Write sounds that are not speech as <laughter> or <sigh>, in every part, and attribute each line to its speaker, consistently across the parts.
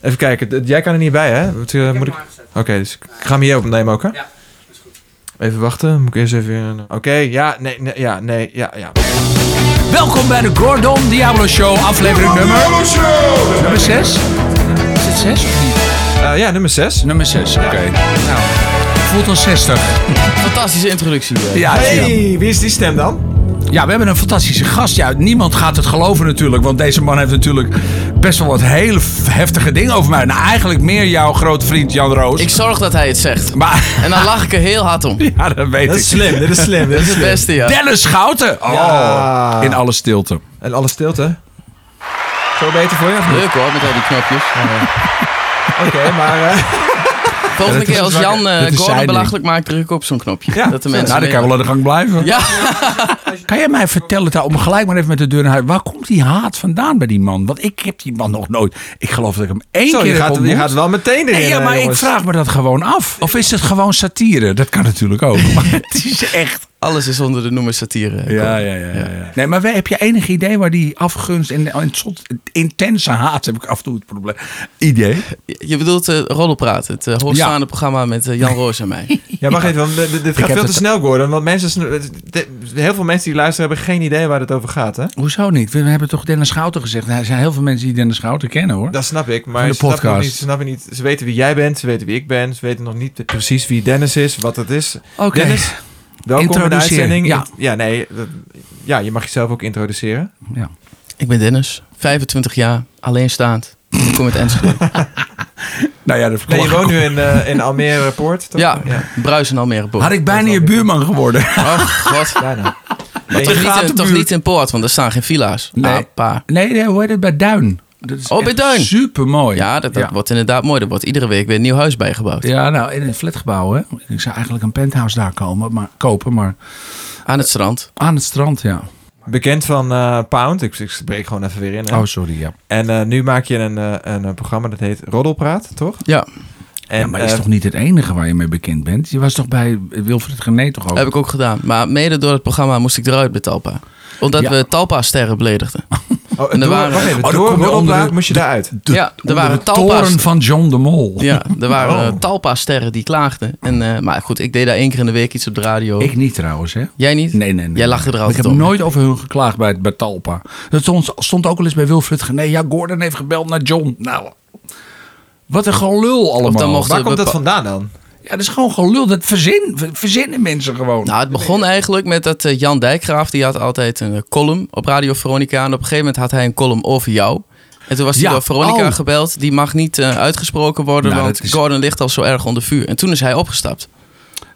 Speaker 1: Even kijken, d- jij kan er niet bij, hè? Wat, eh, moet ik... Oké, dus ik ga hem hier opnemen ook, hè?
Speaker 2: Ja,
Speaker 1: is goed. Even wachten, moet ik eerst even... weer- Oké, ja, nee, nee, ja, nee, ja, ja.
Speaker 2: Welkom bij de Gordon Diablo Show, aflevering nummer... Nummer 6? Is het 6 of niet?
Speaker 1: Eh, ja, nummer 6.
Speaker 2: Nummer 6, oké. Nou, voelt ons 60.
Speaker 3: Fantastische introductie. eh.
Speaker 2: Ja, ja.
Speaker 1: Hey, wie is die stem dan?
Speaker 2: ja, we hebben een fantastische gast. Ja, niemand gaat het geloven natuurlijk, want deze man heeft natuurlijk best wel wat hele f- heftige dingen over mij. Nou, eigenlijk meer jouw groot vriend Jan Roos.
Speaker 3: Ik zorg dat hij het zegt.
Speaker 2: Maar, <laughs>
Speaker 3: En dan lach ik er heel hard om.
Speaker 2: ja, dat weet
Speaker 1: Dat
Speaker 2: ik.
Speaker 1: is slim, dit is slim, dit is
Speaker 3: Het
Speaker 1: slim.
Speaker 3: beste, ja.
Speaker 2: Dennis Schouten! Oh,
Speaker 1: Ja.
Speaker 2: in alle stilte.
Speaker 1: <laughs> En alle stilte. Zo beter voor je of niet?
Speaker 3: Leuk hoor, met al die knopjes.
Speaker 1: Oké, maar... eh,
Speaker 3: Volgende
Speaker 2: dat is
Speaker 3: keer als
Speaker 2: het
Speaker 3: Jan
Speaker 2: zwakke.
Speaker 3: eh,
Speaker 2: Dat is zijn
Speaker 3: Gordon
Speaker 2: ding.
Speaker 3: belachelijk maakt, druk ik op zo'n knopje.
Speaker 2: Ja,
Speaker 3: Dat de mensen
Speaker 2: nou, dan kan je
Speaker 3: weten.
Speaker 2: wel aan de gang blijven.
Speaker 3: Ja,
Speaker 2: Kan jij mij vertellen, daar, om gelijk maar even met de deur naar huis. Waar komt die haat vandaan bij die man? Want ik heb die man nog nooit. Ik geloof dat ik hem één
Speaker 1: Zo,
Speaker 2: keer
Speaker 1: je
Speaker 2: heb
Speaker 1: gaat, je
Speaker 2: ontmoet.
Speaker 1: gaat wel meteen erin,
Speaker 2: Nee, ja,
Speaker 1: eh,
Speaker 2: maar ik
Speaker 1: jongens.
Speaker 2: vraag me dat gewoon af. Of is het gewoon satire? Dat kan natuurlijk ook. Maar <laughs> het is echt.
Speaker 3: alles is onder de noemer satire. eh, Gordon.
Speaker 2: Nee, maar wij- heb je enig idee waar die afgunst en, en het soort intense haat heb ik af en toe het probleem? Idee?
Speaker 3: Je je bedoelt eh Roddelpraat, het eh, hoogstaande programma met eh, Jan Roos
Speaker 2: <laughs>
Speaker 3: en mij.
Speaker 1: Ja, wacht even, want dit- dit gaat
Speaker 2: heb
Speaker 1: veel te
Speaker 2: het-
Speaker 1: snel, Gordon. Want mensen, sn- de- heel veel mensen die luisteren hebben geen idee waar het over gaat, hè?
Speaker 2: Hoezo niet? We hebben toch Dennis Schouten gezegd? Er zijn heel veel mensen die Dennis Schouten kennen hoor.
Speaker 1: Dat snap ik,
Speaker 2: Van
Speaker 1: maar
Speaker 2: de
Speaker 1: ze snappen, nog
Speaker 2: podcast.
Speaker 1: niet, ze snappen niet... Ze weten wie jij bent, ze weten wie ik ben. Ze weten nog niet precies wie Dennis is, wat het is.
Speaker 2: Oké.
Speaker 1: Dennis, welkom bij de
Speaker 2: Introduceer,
Speaker 1: uitzending.
Speaker 2: ja.
Speaker 1: ja, nee, dat- ja, je mag jezelf ook introduceren.
Speaker 2: Ja.
Speaker 3: Ik ben Dennis, 25 jaar, alleenstaand. Ik kom
Speaker 2: <laughs>
Speaker 3: uit Enschede.
Speaker 2: Nou ja, dat
Speaker 1: Nee, je woont nu in, eh, in Almere Poort, toch?
Speaker 3: Ja, <laughs> Bruis en Almere Poort.
Speaker 2: Had ik bijna je buurman geworden. <laughs>
Speaker 3: Oh, god.
Speaker 1: Bijna.
Speaker 3: Maar
Speaker 2: de
Speaker 3: toch, niet in,
Speaker 2: gatenbuurt.
Speaker 3: toch niet in Poort, want er staan geen villa's.
Speaker 2: Nee.
Speaker 3: Ah, pa.
Speaker 2: Nee, nee, hoe heet het? Bij Duin. Dat is
Speaker 3: Oh, bij
Speaker 2: echt
Speaker 3: Duin.
Speaker 2: Supermooi.
Speaker 3: Ja, dat, dat
Speaker 2: ja.
Speaker 3: wordt inderdaad mooi. Er wordt iedere week weer een nieuw huis bijgebouwd.
Speaker 2: Ja, nou, in een flatgebouw, hè. Ik zou eigenlijk een penthouse daar komen, maar, kopen, maar
Speaker 3: Aan het strand.
Speaker 2: aan het strand, ja.
Speaker 1: Bekend van eh, Pound, ik, ik breek gewoon even weer in. hè.
Speaker 2: Oh, sorry, ja.
Speaker 1: En eh, nu maak je een, eh, een eh, programma dat heet Roddelpraat, toch?
Speaker 3: Ja,
Speaker 1: En,
Speaker 2: ja maar is
Speaker 1: eh,
Speaker 2: toch niet het enige waar je mee bekend bent? Je was toch bij Wilfried Gené toch ook?
Speaker 3: heb ik ook gedaan. Maar mede door het programma moest ik eruit bij Talpa. Omdat
Speaker 2: Ja.
Speaker 3: we Talpa-sterren beledigden.
Speaker 1: Oh,
Speaker 3: En er
Speaker 1: door,
Speaker 3: waren-
Speaker 1: wacht even,
Speaker 2: Oh, dan
Speaker 1: door
Speaker 2: kom je onder
Speaker 1: Roddelpraat
Speaker 2: de-
Speaker 1: moest je daaruit.
Speaker 3: ja, er
Speaker 2: Onder
Speaker 3: waren
Speaker 2: de toren
Speaker 3: Talpa's.
Speaker 2: van John de Mol.
Speaker 3: Ja, er waren
Speaker 1: Oh.
Speaker 3: eh, Talpa-sterren die klaagden. En, eh, maar goed, ik deed daar één keer in de week iets op de radio.
Speaker 2: <laughs> Ik niet trouwens, hè.
Speaker 3: Jij niet?
Speaker 2: Nee, nee, nee.
Speaker 3: Jij lachte er
Speaker 2: Ik
Speaker 3: altijd
Speaker 2: heb
Speaker 3: om.
Speaker 2: nooit over hun geklaagd bij, bij Talpa. Dat stond, stond ook al eens bij Wilfried Gené. Ja, Gordon heeft gebeld naar John. Nou, wat een gelul allemaal.
Speaker 3: dan mocht-
Speaker 1: Waar komt dat
Speaker 3: bepa-
Speaker 1: vandaan dan?
Speaker 2: Ja, dat is gewoon gelul. Dat verzin, ver- verzinnen mensen gewoon.
Speaker 3: Nou, het begon eigenlijk met dat eh, Jan Dijkgraaf, die had altijd een eh, column op Radio Veronica. En op een gegeven moment had hij een column over jou. En toen was hij
Speaker 2: Ja,
Speaker 3: door Veronica
Speaker 2: oh.
Speaker 3: gebeld. Die mag niet eh, uitgesproken worden,
Speaker 2: Nou,
Speaker 3: want
Speaker 2: dat is-
Speaker 3: Gordon ligt al zo erg onder vuur. En toen is hij opgestapt.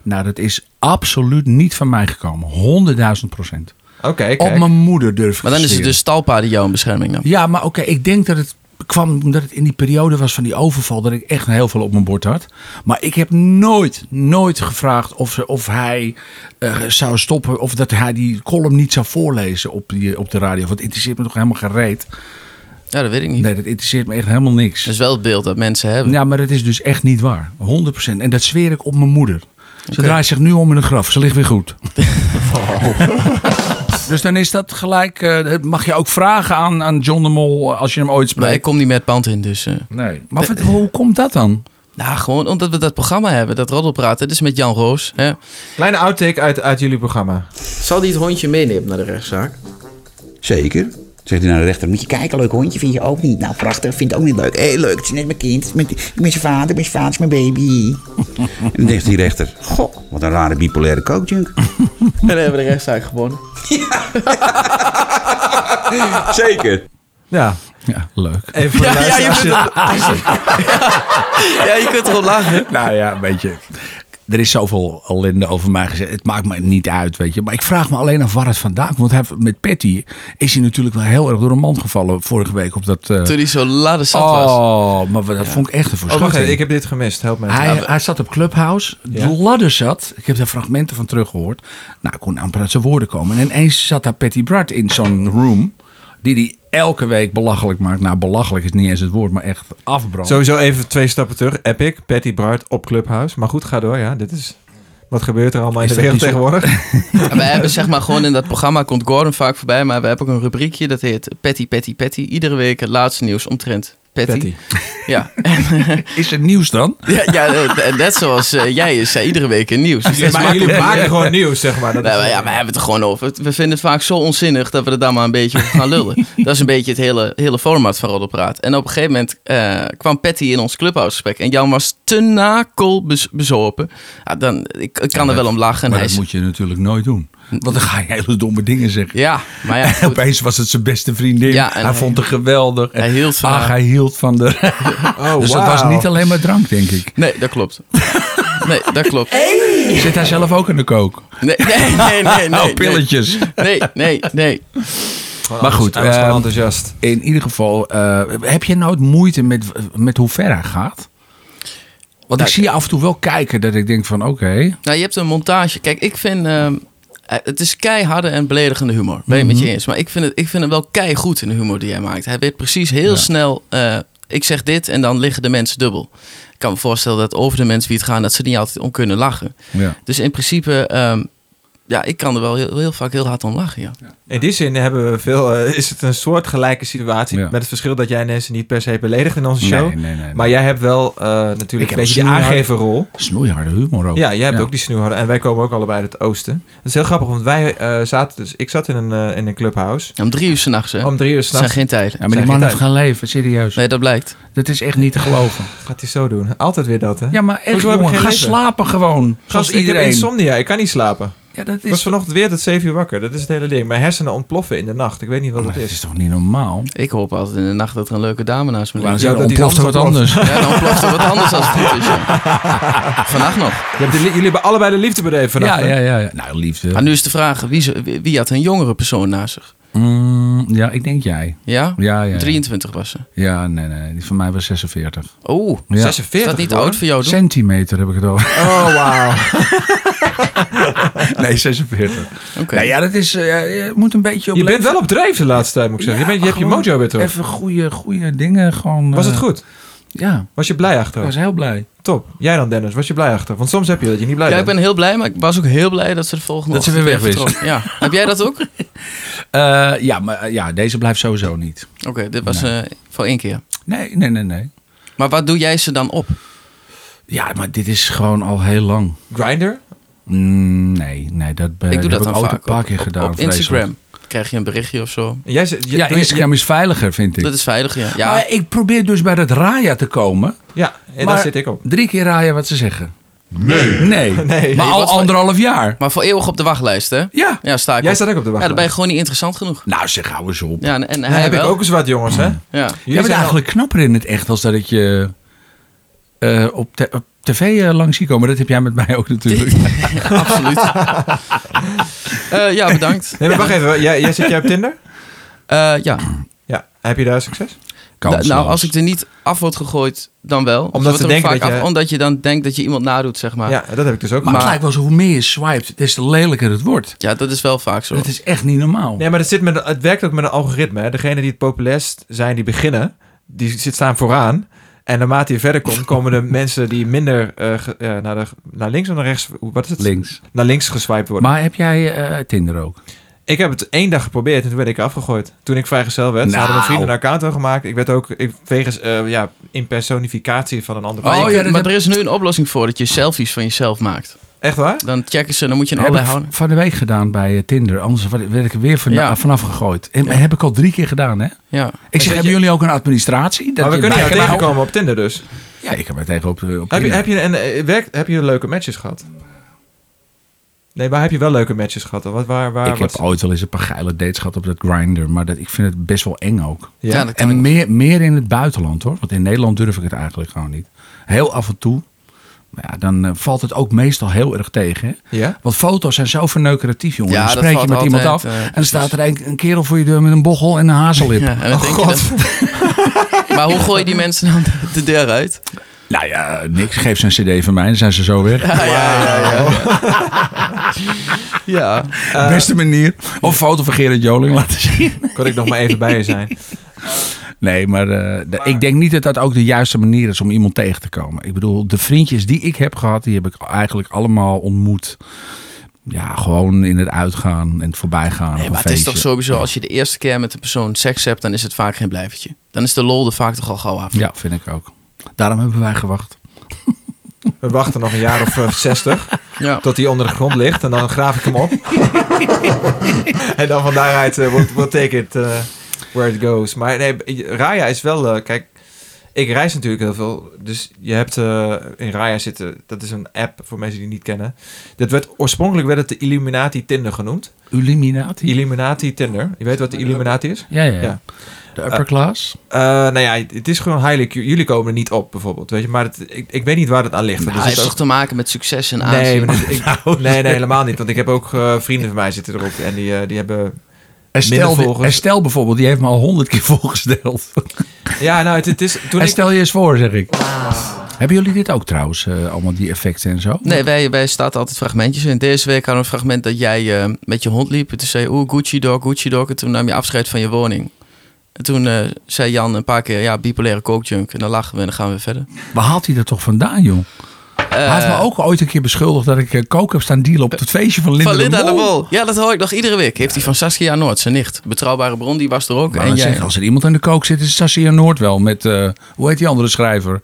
Speaker 2: Nou, dat is absoluut niet van mij gekomen. 100.000 procent.
Speaker 1: Oké,
Speaker 2: Op
Speaker 1: kijk.
Speaker 2: mijn moeder durf ik
Speaker 3: Maar dan
Speaker 2: te
Speaker 3: is het
Speaker 2: zweren.
Speaker 3: dus Talpa die jou in bescherming nam.
Speaker 2: Ja, maar oké, ik denk dat het kwam omdat het in die periode was van die overval... dat ik echt heel veel op mijn bord had. Maar ik heb nooit, nooit gevraagd of, ze, of hij eh, zou stoppen... of dat hij die column niet zou voorlezen op, die, op de radio. Want het interesseert me toch helemaal gereed.
Speaker 3: Ja, dat weet ik niet.
Speaker 2: Nee, dat interesseert me echt helemaal niks.
Speaker 3: Dat is wel het beeld dat mensen hebben.
Speaker 2: Ja, maar dat is dus echt niet waar. 100%. En dat zweer ik op mijn moeder. Ze draait zich nu om in een graf. Ze ligt weer <laughs> goed. dus dan is dat gelijk. eh, dat mag je ook vragen aan, aan John de Mol eh, als je hem ooit
Speaker 3: Maar ik
Speaker 2: spreekt?
Speaker 3: kom niet met pand in, dus... eh.
Speaker 2: Nee. Maar wat- hoe komt dat dan?
Speaker 3: nou, gewoon omdat we dat programma hebben, dat roddelpraten. Dat is met Jan Roos. Hè.
Speaker 1: Kleine outtake uit, uit jullie programma.
Speaker 3: Zal die het hondje meenemen naar de rechtszaak?
Speaker 4: Zeker. Zegt hij naar de rechter, moet je kijken, leuk hondje, vind je ook niet? Nou, prachtig, vind ik ook niet leuk. Hé, leuk, het is net mijn kind, het is mijn- ik ben zijn vader, ik ben zijn vader, het is mijn <laughs> baby. en dan zegt die rechter, goh, wat een rare bipolaire kookjunk.
Speaker 3: En dan hebben we de rechtszaak gewonnen.
Speaker 4: Zeker.
Speaker 1: Ja,
Speaker 2: Ja, leuk.
Speaker 1: even voor de
Speaker 3: Ja, ja, je
Speaker 1: luisteraars.
Speaker 3: bent-
Speaker 1: <laughs>
Speaker 3: ja, je kunt erop lachen.
Speaker 2: Nou ja, weet je. Er is zoveel ellende over mij gezegd. Het maakt me niet uit, weet je. Maar ik vraag me alleen af waar het vandaan komt. Want hij, met Patty is hij natuurlijk wel heel erg door een man gevallen vorige week op dat. eh,
Speaker 3: Toen hij zo ladder zat was.
Speaker 2: oh, maar dat vond ik echt een
Speaker 1: Oh, wacht
Speaker 2: verschil.
Speaker 1: even, ik heb dit gemist. Help me.
Speaker 2: Hij, hij zat op Clubhouse,
Speaker 1: Ja.
Speaker 2: de ladder zat. Ik heb daar fragmenten van teruggehoord. Nou, ik kon amper uit zijn woorden komen. En ineens zat daar Patty Bart in zo'n room... die hij elke week belachelijk maakt. Nou, belachelijk is niet eens het woord, maar echt afbrand.
Speaker 1: Sowieso even twee stappen terug. Epic, Patty Bart op Clubhouse. Maar goed, ga door. Ja, dit is... Wat gebeurt er allemaal in
Speaker 2: Is
Speaker 1: de
Speaker 2: dat
Speaker 1: wereld
Speaker 2: niet zo?
Speaker 1: tegenwoordig?
Speaker 2: <laughs>
Speaker 3: En wij hebben zeg maar gewoon in dat programma, komt Gordon vaak voorbij, maar we hebben ook een rubriekje dat heet Petty, Petty, Petty. Iedere week het laatste nieuws omtrent Patty.
Speaker 1: Patty.
Speaker 3: Ja. <laughs> En,
Speaker 2: Is er nieuws dan?
Speaker 3: ja, ja, net zoals eh, jij is zij iedere week in nieuws. Dus dat is
Speaker 1: maar
Speaker 3: makkelijk.
Speaker 1: jullie maken gewoon nieuws, zeg maar. Dat is-
Speaker 3: Nou, maar ja, we hebben het er gewoon over. We vinden het vaak zo onzinnig dat we er dan maar een beetje over gaan lullen.
Speaker 2: <laughs>
Speaker 3: dat is een beetje het hele, hele format van Roddelpraat. En op een gegeven moment eh, kwam Patty in ons clubhuisgesprek. En Jan was te nakel bez- bezopen. Ja, dan, ik, ik kan er wel om lachen.
Speaker 2: Maar
Speaker 3: Hij
Speaker 2: dat
Speaker 3: is-
Speaker 2: moet je natuurlijk nooit doen. Want dan ga je hele domme dingen zeggen.
Speaker 3: Ja, maar
Speaker 2: <laughs>
Speaker 3: ja, goed.
Speaker 2: Opeens was het zijn beste vriendin.
Speaker 3: Ja, en
Speaker 2: hij,
Speaker 3: hij-
Speaker 2: vond het geweldig. En
Speaker 3: hij hield van
Speaker 2: Ach,
Speaker 3: haar.
Speaker 2: hij hield van de...
Speaker 1: <laughs> Oh,
Speaker 2: dus dat
Speaker 1: wauw.
Speaker 2: was niet alleen maar drank, denk ik.
Speaker 3: Nee, dat klopt. Nee, dat klopt.
Speaker 2: Zit hij zelf ook in de kook?
Speaker 3: Nee, nee, nee, nee. nee
Speaker 2: oh, pilletjes.
Speaker 3: Nee, nee, nee.
Speaker 1: Gewoon
Speaker 2: Maar goed,
Speaker 1: enthousi- Hij was gewoon
Speaker 2: ehm,
Speaker 1: enthousiast.
Speaker 2: In ieder geval, eh, heb je nooit moeite met, met hoe ver hij gaat? Want ik zie je af en toe wel kijken dat ik denk van oké.
Speaker 3: Nou, je hebt een montage. Kijk, ik vind. ehm, eh, het is keiharde en beledigende humor. Ben je het
Speaker 1: Mhm.
Speaker 3: met je eens? Maar ik vind, het, ik vind hem wel keigoed in de humor die hij maakt. Hij weet precies heel snel. eh, ik zeg dit en dan liggen de mensen dubbel. Ik kan me voorstellen dat over de mensen wie het gaan, dat ze er niet altijd om kunnen lachen.
Speaker 2: Ja.
Speaker 3: Dus in principe, ehm, ja, ik kan er wel heel, heel vaak heel hard om lachen. Ja.
Speaker 1: In die zin hebben we veel, eh, is het een soortgelijke situatie.
Speaker 2: Ja.
Speaker 1: Met het verschil dat jij mensen niet per se beledigt in onze
Speaker 2: Nee,
Speaker 1: show.
Speaker 2: nee, nee, nee.
Speaker 1: Maar jij hebt wel eh, natuurlijk
Speaker 2: heb
Speaker 1: een beetje
Speaker 2: een
Speaker 1: die
Speaker 2: snoeihard-
Speaker 1: aangeverrol.
Speaker 2: Snoeiharde humor ook.
Speaker 1: Ja, jij hebt ook die snoeharden. En wij komen ook allebei uit het oosten. Dat is heel grappig, want wij eh, zaten dus... Ik zat in een, eh, in een clubhouse.
Speaker 3: Om drie uur s'nachts, hè?
Speaker 1: Om drie uur
Speaker 3: Het zijn
Speaker 1: s'nachts
Speaker 3: geen tijden.
Speaker 2: Ja, maar die
Speaker 1: Zijn
Speaker 2: man
Speaker 1: geen
Speaker 2: heeft gaan leven, serieus.
Speaker 3: Nee, dat blijkt.
Speaker 2: Dat is echt niet te geloven.
Speaker 1: gaat hij zo doen. Altijd weer dat, hè?
Speaker 2: Ja, maar echt,
Speaker 1: Hoezo heb ik
Speaker 2: jongen,
Speaker 1: geen
Speaker 2: ga
Speaker 1: leven?
Speaker 2: slapen gewoon. Zoals
Speaker 1: Gast, ik heb
Speaker 2: iedereen.
Speaker 1: insomnia. Ik kan niet slapen.
Speaker 2: ja, dat
Speaker 1: Ik was
Speaker 2: is,
Speaker 1: vanochtend weer tot zeven uur wakker. Dat is het hele ding. Mijn hersenen ontploffen in de nacht. Ik weet niet wat
Speaker 2: Maar
Speaker 1: het
Speaker 2: dat is
Speaker 1: is.
Speaker 2: toch niet normaal?
Speaker 3: Ik hoop altijd in de nacht dat er een leuke dame naast me ligt.
Speaker 1: zou dat die
Speaker 2: ontploft er
Speaker 1: dan
Speaker 2: wat anders.
Speaker 3: Ja, dan ploft er wat anders als het goed is. ja.
Speaker 1: <laughs>
Speaker 3: Vannacht nog.
Speaker 1: Je hebt de li- jullie hebben allebei de liefde bedreven
Speaker 2: Ja,
Speaker 1: vannacht. hè?
Speaker 2: <laughs> ja, ja, ja. Nou,
Speaker 3: Maar
Speaker 2: liefde.
Speaker 3: nu is de vraag, wie, ze- wie- wie had een jongere persoon naast zich?
Speaker 2: Mm, ja, ik denk jij.
Speaker 3: Ja?
Speaker 2: Ja, ja, ja.
Speaker 3: 23 was ze.
Speaker 2: Ja, nee, nee. Die van mij was 46.
Speaker 3: Oh,
Speaker 2: Ja.
Speaker 1: 46
Speaker 3: is dat niet
Speaker 1: hoor.
Speaker 3: oud voor jou? Doen?
Speaker 2: Centimeter heb ik het over.
Speaker 1: Oh, wauw.
Speaker 2: <laughs> Nee, 46.
Speaker 3: Oké.
Speaker 2: Nou ja, dat is... eh, je moet een beetje op
Speaker 1: Je bent wel op dreef de laatste tijd, moet ik zeggen. je bent, je hebt je mojo weer terug.
Speaker 2: Even goede, goede dingen gewoon...
Speaker 1: Was
Speaker 2: eh,
Speaker 1: het goed?
Speaker 2: Ja,
Speaker 1: Was je blij
Speaker 2: ik
Speaker 1: achter?
Speaker 2: was heel blij.
Speaker 1: Top. Jij dan, Dennis. Was je blij achter? Want soms heb je dat je niet blij
Speaker 3: Ja, ik
Speaker 1: bent.
Speaker 3: ben heel blij, maar ik was ook heel blij dat ze de volgende
Speaker 2: Dat ze weer
Speaker 3: ochtend
Speaker 2: weg is.
Speaker 3: vertrok.
Speaker 2: <laughs>
Speaker 3: Ja. Heb jij dat ook? Oké,
Speaker 2: Eh, ja, maar eh, ja, deze blijft sowieso niet.
Speaker 3: dit was eh, voor één keer.
Speaker 2: Nee, nee, nee, nee.
Speaker 3: Maar wat doe jij ze dan op?
Speaker 2: Ja, maar dit is gewoon al heel lang.
Speaker 1: Grinder?
Speaker 2: Mm, nee, nee, dat, eh,
Speaker 3: ik doe dat
Speaker 2: heb
Speaker 3: dan
Speaker 2: ik ook
Speaker 3: vaak
Speaker 2: een paar
Speaker 3: op-
Speaker 2: keer
Speaker 3: op-
Speaker 2: gedaan.
Speaker 3: Op
Speaker 2: vreselijk.
Speaker 3: Instagram krijg je een berichtje of zo.
Speaker 1: Jij, zit- je-
Speaker 2: Ja, Instagram is veiliger, vind ik.
Speaker 3: Dat is veilig, ja.
Speaker 2: ja.
Speaker 3: ja
Speaker 2: ik probeer dus bij dat Raya te komen.
Speaker 1: Ja, en
Speaker 2: maar
Speaker 1: daar zit ik op.
Speaker 2: Drie keer Raya wat ze zeggen. Nee. Nee.
Speaker 1: Nee.
Speaker 2: maar al
Speaker 3: wat voor-
Speaker 2: anderhalf jaar.
Speaker 3: maar voor eeuwig op de wachtlijst, hè?
Speaker 2: Ja.
Speaker 3: Ja, sta ik
Speaker 1: Jij
Speaker 3: op.
Speaker 1: staat ook op de
Speaker 3: Ja,
Speaker 1: wachtlijst.
Speaker 3: dan ben je gewoon niet interessant genoeg.
Speaker 2: Nou, zeg, hou eens op.
Speaker 3: Ja, en, en
Speaker 1: Daar
Speaker 3: hij
Speaker 1: heb ik
Speaker 3: wel.
Speaker 1: ook eens wat, jongens, hè?
Speaker 3: Ja.
Speaker 1: Jullie
Speaker 2: Jij
Speaker 1: zijn
Speaker 2: bent eigenlijk knapper in het echt als dat ik je eh, op, te- op tv eh, langs zie komen. Dat heb jij met mij ook natuurlijk. <laughs>
Speaker 3: Absoluut. Eh, <laughs> ja, bedankt.
Speaker 1: al- Nee, maar wacht even. Jij, jij zit jij op Tinder?
Speaker 3: Eh, ja.
Speaker 1: Ja. Heb je daar succes?
Speaker 3: Nou,
Speaker 2: Kansloos.
Speaker 3: als ik er niet af wordt gegooid, dan wel. Dus
Speaker 1: Omdat ze
Speaker 3: wordt er
Speaker 1: denken dat je-
Speaker 3: Omdat je dan denkt dat je iemand nadoet, zeg maar.
Speaker 1: Ja,
Speaker 3: Ja,
Speaker 1: dat heb ik dus ook.
Speaker 2: Maar,
Speaker 1: Maar...
Speaker 2: het lijkt wel zo, hoe meer je swipet, des te lelijker het wordt.
Speaker 3: dat is wel vaak zo.
Speaker 2: Dat is echt niet normaal.
Speaker 1: Nee, maar het, zit met, het werkt ook met een algoritme. Hè? Degenen die het populairst zijn, die beginnen, die zit, staan vooraan. En naarmate je verder komt, komen de mensen die minder eh, ge- eh, naar, de, naar links of naar rechts... Wat is het?
Speaker 2: Links.
Speaker 1: Naar links geswiped worden.
Speaker 2: Maar heb jij eh, Tinder ook?
Speaker 1: Ik heb het één dag geprobeerd en toen werd ik afgegooid. Toen ik vrijgezel werd, ze
Speaker 2: Nou.
Speaker 1: hadden mijn vrienden een account al gemaakt. Ik werd ook ik, wegens eh, ja, impersonificatie van een ander.
Speaker 2: Oh,
Speaker 3: Maar, je-
Speaker 2: ja, dat
Speaker 3: maar
Speaker 2: heb-
Speaker 3: er is nu een oplossing voor dat je selfies van jezelf maakt.
Speaker 1: Echt waar?
Speaker 3: Dan checken ze, dan moet je een
Speaker 2: heb
Speaker 3: allerlei
Speaker 2: ik
Speaker 3: houden.
Speaker 2: van de week gedaan bij eh, Tinder. Anders werd ik er weer van,
Speaker 3: Ja.
Speaker 2: vanaf gegooid. En heb ik al drie keer gedaan, hè?
Speaker 3: Ja.
Speaker 2: Ik zeg, hebben jullie ook een administratie? Dat
Speaker 1: maar we
Speaker 2: je
Speaker 1: kunnen jou
Speaker 2: bij-
Speaker 1: tegenkomen op Tinder dus.
Speaker 2: Ja, ik heb mij tegen op,
Speaker 1: Heb
Speaker 2: op
Speaker 1: je,
Speaker 2: Tinder.
Speaker 1: heb, je een, eh, werkt, heb je leuke matches gehad? Nee, waar heb je wel leuke matches gehad? dan? Wat, waar, waar,
Speaker 2: ik
Speaker 3: Ah,
Speaker 1: wat-
Speaker 2: heb ooit wel eens een paar geile dates gehad op dat grinder. Maar dat, ik vind het best wel eng ook.
Speaker 1: Ja.
Speaker 3: Ja, dat kan
Speaker 2: En
Speaker 3: ik.
Speaker 2: meer, meer in het buitenland, hoor. Want in Nederland durf ik het eigenlijk gewoon niet. Heel af en toe. Maar ja, dan eh, valt het ook meestal heel erg tegen, hè?
Speaker 1: Ja?
Speaker 2: Want foto's zijn zo verneukeratief, jongen.
Speaker 3: Ja,
Speaker 2: dan
Speaker 3: dat
Speaker 2: spreek je
Speaker 3: valt
Speaker 2: met iemand af
Speaker 3: altijd, eh,
Speaker 2: en dan staat er een, een kerel voor je deur met een bochel en een hazellip.
Speaker 3: <laughs> Ja, en dan denk je dat- <laughs> maar hoe gooi je die mensen dan <laughs> de deur uit?
Speaker 2: Nou ja, niks. Geef ze een cd van mij, dan zijn ze zo weg.
Speaker 3: <laughs> Ja.
Speaker 2: Beste manier. Of foto van Gerard Joling laten zien.
Speaker 1: Kon ik nog maar even bij je zijn?
Speaker 2: Nee, maar, eh, de- ik denk niet dat dat ook de juiste manier is om iemand tegen te komen. Ik bedoel, de vriendjes die ik heb gehad, die heb ik eigenlijk allemaal ontmoet. Ja, gewoon in het uitgaan en het voorbijgaan. op
Speaker 3: Nee,
Speaker 2: een
Speaker 3: maar het is toch
Speaker 2: feestje.
Speaker 3: sowieso, als je de eerste keer met een persoon seks hebt, dan is het vaak geen blijvertje. Dan is de lol er vaak toch al gauw af.
Speaker 2: Ja, vind ik ook. Daarom hebben wij gewacht.
Speaker 1: We wachten nog een jaar of eh, 60
Speaker 3: Ja.
Speaker 1: tot hij onder de grond ligt en dan graaf ik hem
Speaker 2: <laughs>
Speaker 1: op. en dan van daaruit eh, we'll, we'll take it eh, where it goes. Maar nee, Raya is wel, eh, kijk, ik reis natuurlijk heel veel. Dus je hebt eh, in Raya zitten, dat is een app voor mensen die het niet kennen. Dat werd, oorspronkelijk werd het de Illuminati Tinder genoemd.
Speaker 2: Illuminati?
Speaker 1: Illuminati Tinder. Je weet wat de Illuminati is?
Speaker 2: ja, ja,
Speaker 1: Ja.
Speaker 2: ja. De upper class?
Speaker 1: Eh, nou ja, het is gewoon highly... cu- Jullie komen er niet op, bijvoorbeeld. Weet je? Maar het, ik, ik weet niet waar dat aan ligt.
Speaker 3: Nou,
Speaker 1: Er
Speaker 3: hij heeft
Speaker 1: zit ook-
Speaker 3: toch te maken met succes en aanzien. Nou.
Speaker 1: Nee, maar dit-
Speaker 3: <laughs>
Speaker 1: ik- nee, nee, helemaal niet. Want ik heb ook eh, vrienden van mij zitten erop. En die, eh, die hebben... Minder
Speaker 2: Estel,
Speaker 1: volgers.
Speaker 2: Estel bijvoorbeeld, die heeft me al honderd keer <laughs> voorgesteld.
Speaker 1: Ja, nou, het, het is... Toen ik...
Speaker 2: Estel je eens voor, zeg ik. Hebben jullie dit ook trouwens, eh, allemaal die effecten en zo?
Speaker 3: Nee, wij, wij staat altijd fragmentjes in. Deze week hadden we een fragment dat jij eh, met je hond liep. En toen zei je, oeh, Gucci dog, Gucci dog. En toen nam je afscheid van je woning. En toen eh, zei Jan een paar keer, ja, bipolaire kookjunk. En dan lachen we en dan gaan we weer verder.
Speaker 2: Waar haalt hij dat toch vandaan, joh? hij heeft me ook ooit een keer beschuldigd dat ik eh, coke heb staan dealen op het feestje van Linda,
Speaker 3: Van Linda de
Speaker 2: Mol.
Speaker 3: Mol. Ja, dat hoor ik nog iedere week. Heeft hij van Saskia Noord, zijn nicht. Betrouwbare bron, die was er ook.
Speaker 2: Ik wou
Speaker 3: en
Speaker 2: net
Speaker 3: jij.
Speaker 2: zeggen, als er iemand aan de kook zit, is Sassia Noord wel. Met, eh, hoe heet die andere schrijver?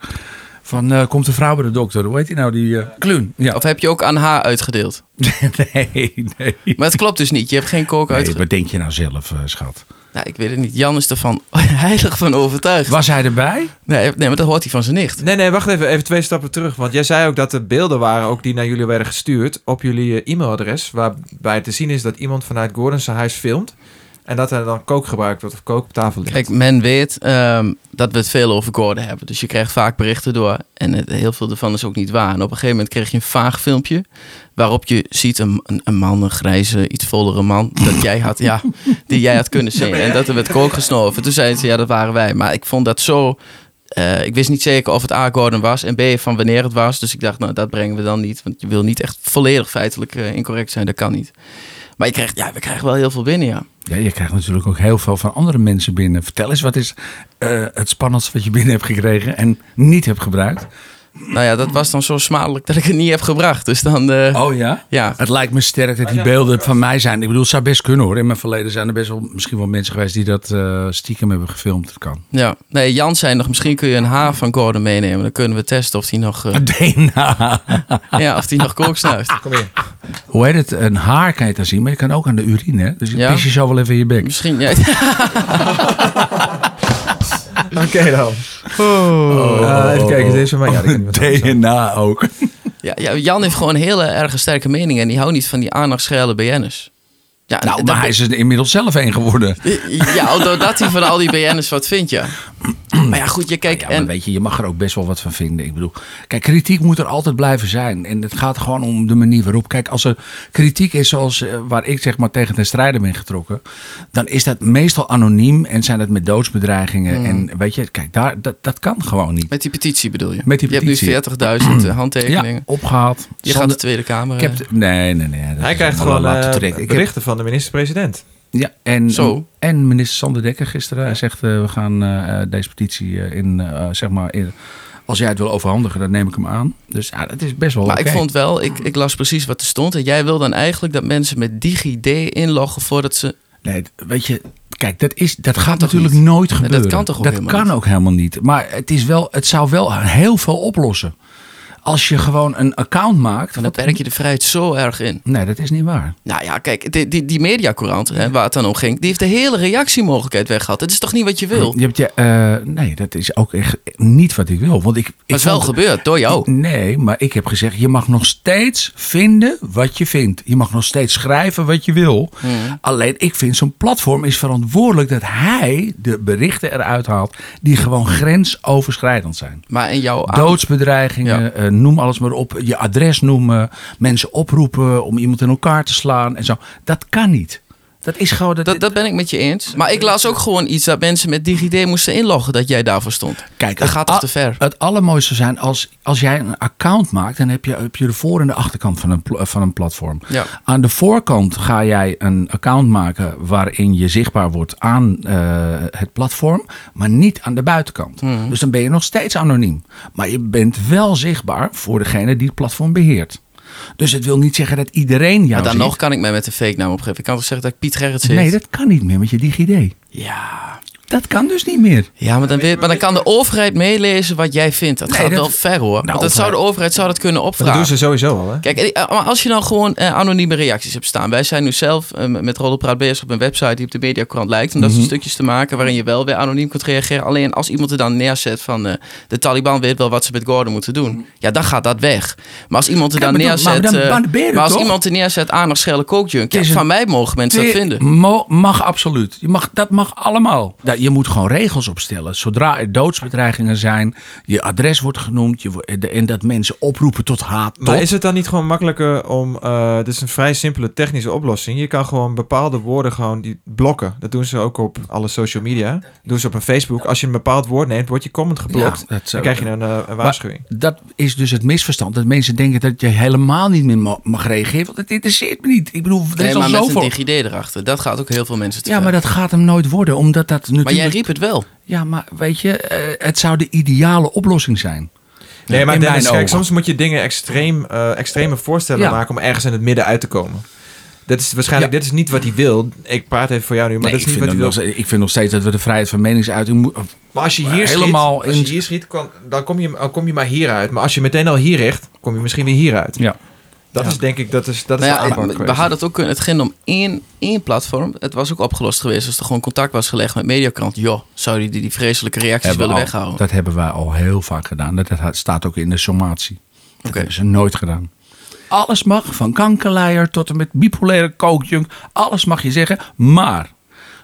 Speaker 2: Van eh, Komt de vrouw bij de dokter? Hoe heet die nou? Die eh Kluun. Ja. <laughs>
Speaker 3: Of heb je ook aan haar uitgedeeld?
Speaker 2: nee, nee.
Speaker 3: Maar het klopt dus niet. Je hebt geen kook
Speaker 2: nee.
Speaker 3: uitgedeeld.
Speaker 2: Wat denk je nou zelf, eh, schat?
Speaker 3: Nou, ik weet het niet. Jan is ervan <laughs> heilig van overtuigd.
Speaker 2: Was hij erbij?
Speaker 3: Nee, nee, maar dat hoort hij van zijn nicht.
Speaker 1: Nee, nee, wacht even. Even twee stappen terug. Want jij zei ook dat er beelden waren... ook die naar jullie werden gestuurd... op jullie eh, e-mailadres. Waarbij te zien is dat iemand vanuit Gordon's huis filmt. En dat er dan kook gebruikt wordt. Of kook op tafel ligt.
Speaker 3: Kijk, men weet ehm, dat we het veel over Gordon hebben. Dus je krijgt vaak berichten door. En het, heel veel ervan is ook niet waar. En op een gegeven moment kreeg je een vaag filmpje. Waarop je ziet een, een, een man, een grijze, iets vollere man. Dat jij had, ja, die jij had kunnen zien. En dat er werd kook gesnoven. Toen zeiden ze, ja, dat waren wij. Maar ik vond dat zo. eh, ik wist niet zeker of het A. Gordon was en B. van wanneer het was. Dus ik dacht, nou, dat brengen we dan niet. Want je wil niet echt volledig feitelijk eh, incorrect zijn. Dat kan niet. Maar je krijgt, ja, we krijgen wel heel veel binnen, ja.
Speaker 2: Ja, je krijgt natuurlijk ook heel veel van andere mensen binnen. Vertel eens, wat is eh, het spannendste wat je binnen hebt gekregen en niet hebt gebruikt?
Speaker 3: Nou ja, dat was dan zo smadelijk dat ik het niet heb gebracht. Dus dan. eh,
Speaker 2: Oh ja?
Speaker 3: Ja.
Speaker 2: Het lijkt me sterk dat die beelden van mij zijn. Ik bedoel, het zou best kunnen hoor. In mijn verleden zijn er best wel misschien wel mensen geweest die dat eh, stiekem hebben gefilmd. Dat <laughs> kan.
Speaker 3: Ja. Nee, Jan zei nog: misschien kun je een haar van Gordon meenemen. Dan kunnen we testen of hij
Speaker 2: <laughs>
Speaker 3: nog, eh,
Speaker 2: DNA.
Speaker 3: ja, of die nog
Speaker 2: <laughs>
Speaker 3: kook snuift.
Speaker 1: Kom hier.
Speaker 2: Hoe heet het? Een haar kan je dan zien, maar je kan ook aan de urine. hè? Dus je
Speaker 3: Ja.
Speaker 2: pis je zo wel even in je bek.
Speaker 3: Misschien. Ja,
Speaker 1: Oké dan.
Speaker 3: Oh.
Speaker 2: Oh.
Speaker 1: Eh, even kijken. Deze van mij. Ja, die kan niet meer
Speaker 2: <laughs>
Speaker 1: terug.
Speaker 2: DNA ook.
Speaker 3: ja, ja, Jan heeft gewoon hele erg sterke meningen. En die houdt niet van die aandachtsgeile BN'ers. Ja,
Speaker 2: Nou,
Speaker 3: dat-
Speaker 2: maar hij is er inmiddels zelf een geworden.
Speaker 3: ja, doordat hij van al die BN'ers wat vindt, ja.
Speaker 2: <clears throat>
Speaker 3: Maar ja, goed, je kijkt.
Speaker 2: Ja, maar
Speaker 3: en,
Speaker 2: weet je, je mag er ook best wel wat van vinden. Ik bedoel, kijk, kritiek moet er altijd blijven zijn. En het gaat gewoon om de manier waarop. Kijk, als er kritiek is zoals eh, waar ik zeg maar tegen ten strijde ben getrokken, dan is dat meestal anoniem en zijn dat met doodsbedreigingen.
Speaker 1: Mm.
Speaker 2: En weet je, kijk, daar, dat, dat kan gewoon niet.
Speaker 3: met die petitie bedoel je?
Speaker 2: Met die petitie.
Speaker 3: Je hebt nu 40.000
Speaker 2: Ja,
Speaker 3: handtekeningen.
Speaker 2: opgehaald.
Speaker 3: je gaat eh, de
Speaker 2: Sander-
Speaker 3: Tweede Kamer.
Speaker 2: ik heb de- nee, nee, nee. dat
Speaker 1: Hij
Speaker 2: is
Speaker 1: krijgt
Speaker 2: allemaal
Speaker 1: gewoon
Speaker 2: laten
Speaker 1: eh,
Speaker 2: trekken. Ik heb-
Speaker 1: berichten van de minister-president.
Speaker 2: Ja, en,
Speaker 3: Zo.
Speaker 2: en minister Sander Dekker gisteren hij zegt: eh, we gaan eh, eh, deze petitie eh, in, eh, zeg maar, in- als jij het wil overhandigen, dan neem ik hem aan. Dus ja, dat is best wel.
Speaker 3: Maar
Speaker 2: oké.
Speaker 3: ik vond wel, ik, ik las precies wat er stond. En jij wil dan eigenlijk dat mensen met DigiD inloggen voordat ze.
Speaker 2: Nee, d- weet je, kijk, dat, is, dat gaat
Speaker 3: toch
Speaker 2: natuurlijk
Speaker 3: niet?
Speaker 2: nooit
Speaker 3: dat
Speaker 2: gebeuren.
Speaker 3: kan toch ook
Speaker 2: Dat
Speaker 3: helemaal
Speaker 2: kan
Speaker 3: niet?
Speaker 2: ook helemaal niet. Maar het, is wel, het zou wel heel veel oplossen. Als je gewoon een account maakt.
Speaker 3: Dan
Speaker 2: wat-
Speaker 3: perk je de vrijheid zo erg in.
Speaker 2: Nee, dat is niet waar.
Speaker 3: Nou ja, kijk, die, die, die mediacourant, hè, waar het dan om ging, die heeft de hele reactiemogelijkheid weggehad. Dat is toch niet wat je wil?
Speaker 2: Je hebt je, eh, nee, dat is ook echt niet wat ik wil. Want ik, ik
Speaker 3: dat is wel
Speaker 2: vond-
Speaker 3: gebeurd door jou.
Speaker 2: Nee, maar ik heb gezegd: je mag nog steeds vinden wat je vindt. Je mag nog steeds schrijven wat je wil.
Speaker 3: Hmm.
Speaker 2: Alleen ik vind zo'n platform is verantwoordelijk dat hij de berichten eruit haalt die gewoon
Speaker 3: Hmm.
Speaker 2: grensoverschrijdend zijn.
Speaker 3: Maar in jouw aan-
Speaker 2: Doodsbedreigingen,
Speaker 3: Ah. Ja.
Speaker 2: eh, noem alles maar op. Je adres noemen, mensen oproepen om iemand in elkaar te slaan en zo. Dat kan niet. Dat is gewoon. Dat,
Speaker 3: Dat, dat ben ik met je eens. Maar ik las ook gewoon iets dat mensen met DigiD moesten inloggen dat jij daarvoor stond.
Speaker 2: Kijk, ah,
Speaker 3: dat
Speaker 2: het
Speaker 3: gaat toch
Speaker 2: a-
Speaker 3: te ver?
Speaker 2: Het allermooiste zou zijn als, als jij een account maakt, dan heb je, heb je de voor- en de achterkant van een, pl- eh, van een platform.
Speaker 3: Ja.
Speaker 2: Aan de voorkant ga jij een account maken waarin je zichtbaar wordt aan eh, het platform, maar niet aan de buitenkant.
Speaker 3: Mhm.
Speaker 2: Dus dan ben je nog steeds anoniem. Maar je bent wel zichtbaar voor degene die het platform beheert. Dus het wil niet zeggen dat iedereen jou
Speaker 3: Maar dan
Speaker 2: ziet.
Speaker 3: nog kan ik mij met een fake naam opgeven. Ik kan toch zeggen dat ik Piet Gerrits heet?
Speaker 2: Nee, dat kan niet meer met je DigiD.
Speaker 3: Ja.
Speaker 2: Dat kan dus niet meer.
Speaker 3: Ja, maar dan, weer, maar dan kan de overheid meelezen wat jij vindt. Dat
Speaker 2: Nee,
Speaker 3: gaat
Speaker 2: dat- Nou,
Speaker 3: wel ver hoor. Want dat
Speaker 2: overheid-
Speaker 3: zou de overheid zou dat kunnen
Speaker 1: Maar dat doen
Speaker 3: opvragen.
Speaker 1: ze sowieso al, hè?
Speaker 3: Kijk, eh, eh, maar als je dan gewoon eh, anonieme reacties hebt staan. Wij zijn nu zelf eh, met Roddelpraat bezig op een website die op de Mediakrant lijkt. Om
Speaker 2: Mhm.
Speaker 3: dat soort stukjes te maken waarin je wel weer anoniem kunt reageren. Alleen als iemand er dan neerzet van eh, de Taliban weet wel wat ze met Gordon moeten doen. Ja, dan gaat dat weg. Maar als iemand er
Speaker 2: Ja,
Speaker 3: dan
Speaker 2: maar dan- maar
Speaker 3: neerzet...
Speaker 2: dan-
Speaker 3: eh,
Speaker 2: maar dan ben je er
Speaker 3: Maar als
Speaker 2: toch?
Speaker 3: iemand er neerzet aan een schelle kookjunk. ja,
Speaker 2: Het is een-
Speaker 3: Van mij mogen mensen dat vinden.
Speaker 2: Mo- mag absoluut. Je mag, dat mag allemaal. Nou, je moet gewoon regels opstellen. Zodra er doodsbedreigingen zijn, je adres wordt genoemd je, wo- eh, en dat mensen oproepen tot haat.
Speaker 1: Maar
Speaker 2: tot-
Speaker 1: is het dan niet gewoon makkelijker om... eh dit is een vrij simpele technische oplossing. Je kan gewoon bepaalde woorden gewoon die blokken. Dat doen ze ook op alle social media. Dat doen ze op een Facebook. Als je een bepaald woord neemt, wordt je comment geblokt.
Speaker 2: Ja, dat zou-
Speaker 1: dan krijg je een, eh, een waarschuwing.
Speaker 2: Maar dat is dus het misverstand. Dat mensen denken dat je helemaal niet meer ma- mag reageren. Want het interesseert me niet. Ik bedoel, er
Speaker 3: Nee,
Speaker 2: is al
Speaker 3: maar met
Speaker 2: zoveel.
Speaker 3: een DigiD erachter. Dat gaat ook heel veel mensen te
Speaker 2: Ja,
Speaker 3: ver.
Speaker 2: maar dat gaat hem nooit worden. Omdat dat natuurlijk...
Speaker 3: Maar jij riep het wel.
Speaker 2: Ja, maar weet je, eh, het zou de ideale oplossing zijn.
Speaker 1: Nee, maar
Speaker 2: in
Speaker 1: Dennis,
Speaker 2: mijn
Speaker 1: kijk,
Speaker 2: ogen.
Speaker 1: soms moet je dingen extreem, eh, extreme voorstellen
Speaker 2: Ja.
Speaker 1: maken... om ergens in het midden uit te komen. Dat is waarschijnlijk,
Speaker 2: Ja.
Speaker 1: dit is niet wat hij wil. Ik praat even voor jou nu, maar
Speaker 2: Nee,
Speaker 1: dat is niet
Speaker 2: ik,
Speaker 1: wat
Speaker 2: vind
Speaker 1: hij
Speaker 2: dat
Speaker 1: wil.
Speaker 2: nog steeds- ik vind nog steeds dat we de vrijheid van meningsuiting moeten...
Speaker 1: Maar als je hier
Speaker 2: Helemaal
Speaker 1: schiet, als je
Speaker 2: in-
Speaker 1: hier schiet kan- dan, kom je, dan kom je maar hieruit. Maar als je meteen al hier richt, kom je misschien weer hieruit.
Speaker 2: Ja.
Speaker 1: Dat is denk ik, dat is, dat is de
Speaker 3: Nou ja,
Speaker 1: aanpak
Speaker 3: we- we
Speaker 1: geweest.
Speaker 3: hadden het ook kunnen. Het ging om één, één platform. Het was ook opgelost geweest als er gewoon contact was gelegd met Mediakrant. Joh, zou die die, die vreselijke reacties
Speaker 2: Hebben
Speaker 3: willen
Speaker 2: we al-
Speaker 3: weghouden?
Speaker 2: Dat hebben wij al heel vaak gedaan. Dat, dat staat ook in de sommatie. Dat
Speaker 3: Oké.
Speaker 2: hebben ze nooit gedaan. Alles mag, van kankerleier tot en met bipolaire kookjunk. Alles mag je zeggen. Maar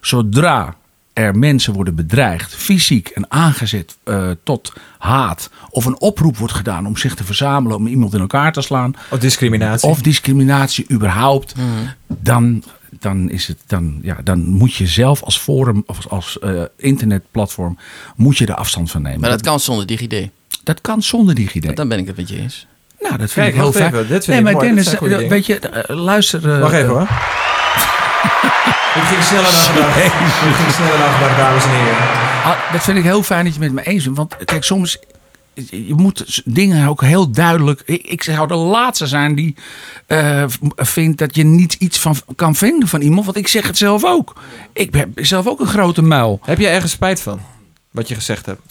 Speaker 2: zodra er mensen worden bedreigd, fysiek en aangezet eh, tot haat... of een oproep wordt gedaan om zich te verzamelen, om iemand in elkaar te slaan...
Speaker 1: Of Mhm. discriminatie.
Speaker 2: Of discriminatie überhaupt. Dan, dan, is het, dan, ja, dan moet je zelf als forum of als, als eh, internetplatform moet je er afstand van nemen.
Speaker 3: Maar dat
Speaker 2: Dat,
Speaker 3: kan zonder DigiD.
Speaker 2: dat kan zonder DigiD.
Speaker 3: Dan ben ik het met je eens.
Speaker 2: nou, dat vind
Speaker 1: Kijk,
Speaker 2: ik heel
Speaker 1: wacht
Speaker 2: fijn.
Speaker 1: even, dit vind
Speaker 2: nee,
Speaker 1: ik
Speaker 2: maar
Speaker 1: mooi,
Speaker 2: Dennis,
Speaker 1: dit zijn goede
Speaker 2: eh, weet je, eh, luister. eh,
Speaker 1: Wacht even hoor. <laughs> Dit ging sneller dan gedacht. Dit ging sneller dan gedacht, dames en heren.
Speaker 2: Ah, dat vind ik heel fijn dat je het met me eens bent. Want eh, kijk, soms. Je moet s- dingen ook heel duidelijk. Ik, ik zou de laatste zijn die eh, v- vindt dat je niet iets van kan vinden van iemand. Want ik zeg het zelf ook. Ik ben zelf ook een grote muil.
Speaker 1: Heb jij ergens spijt van? Wat je gezegd hebt.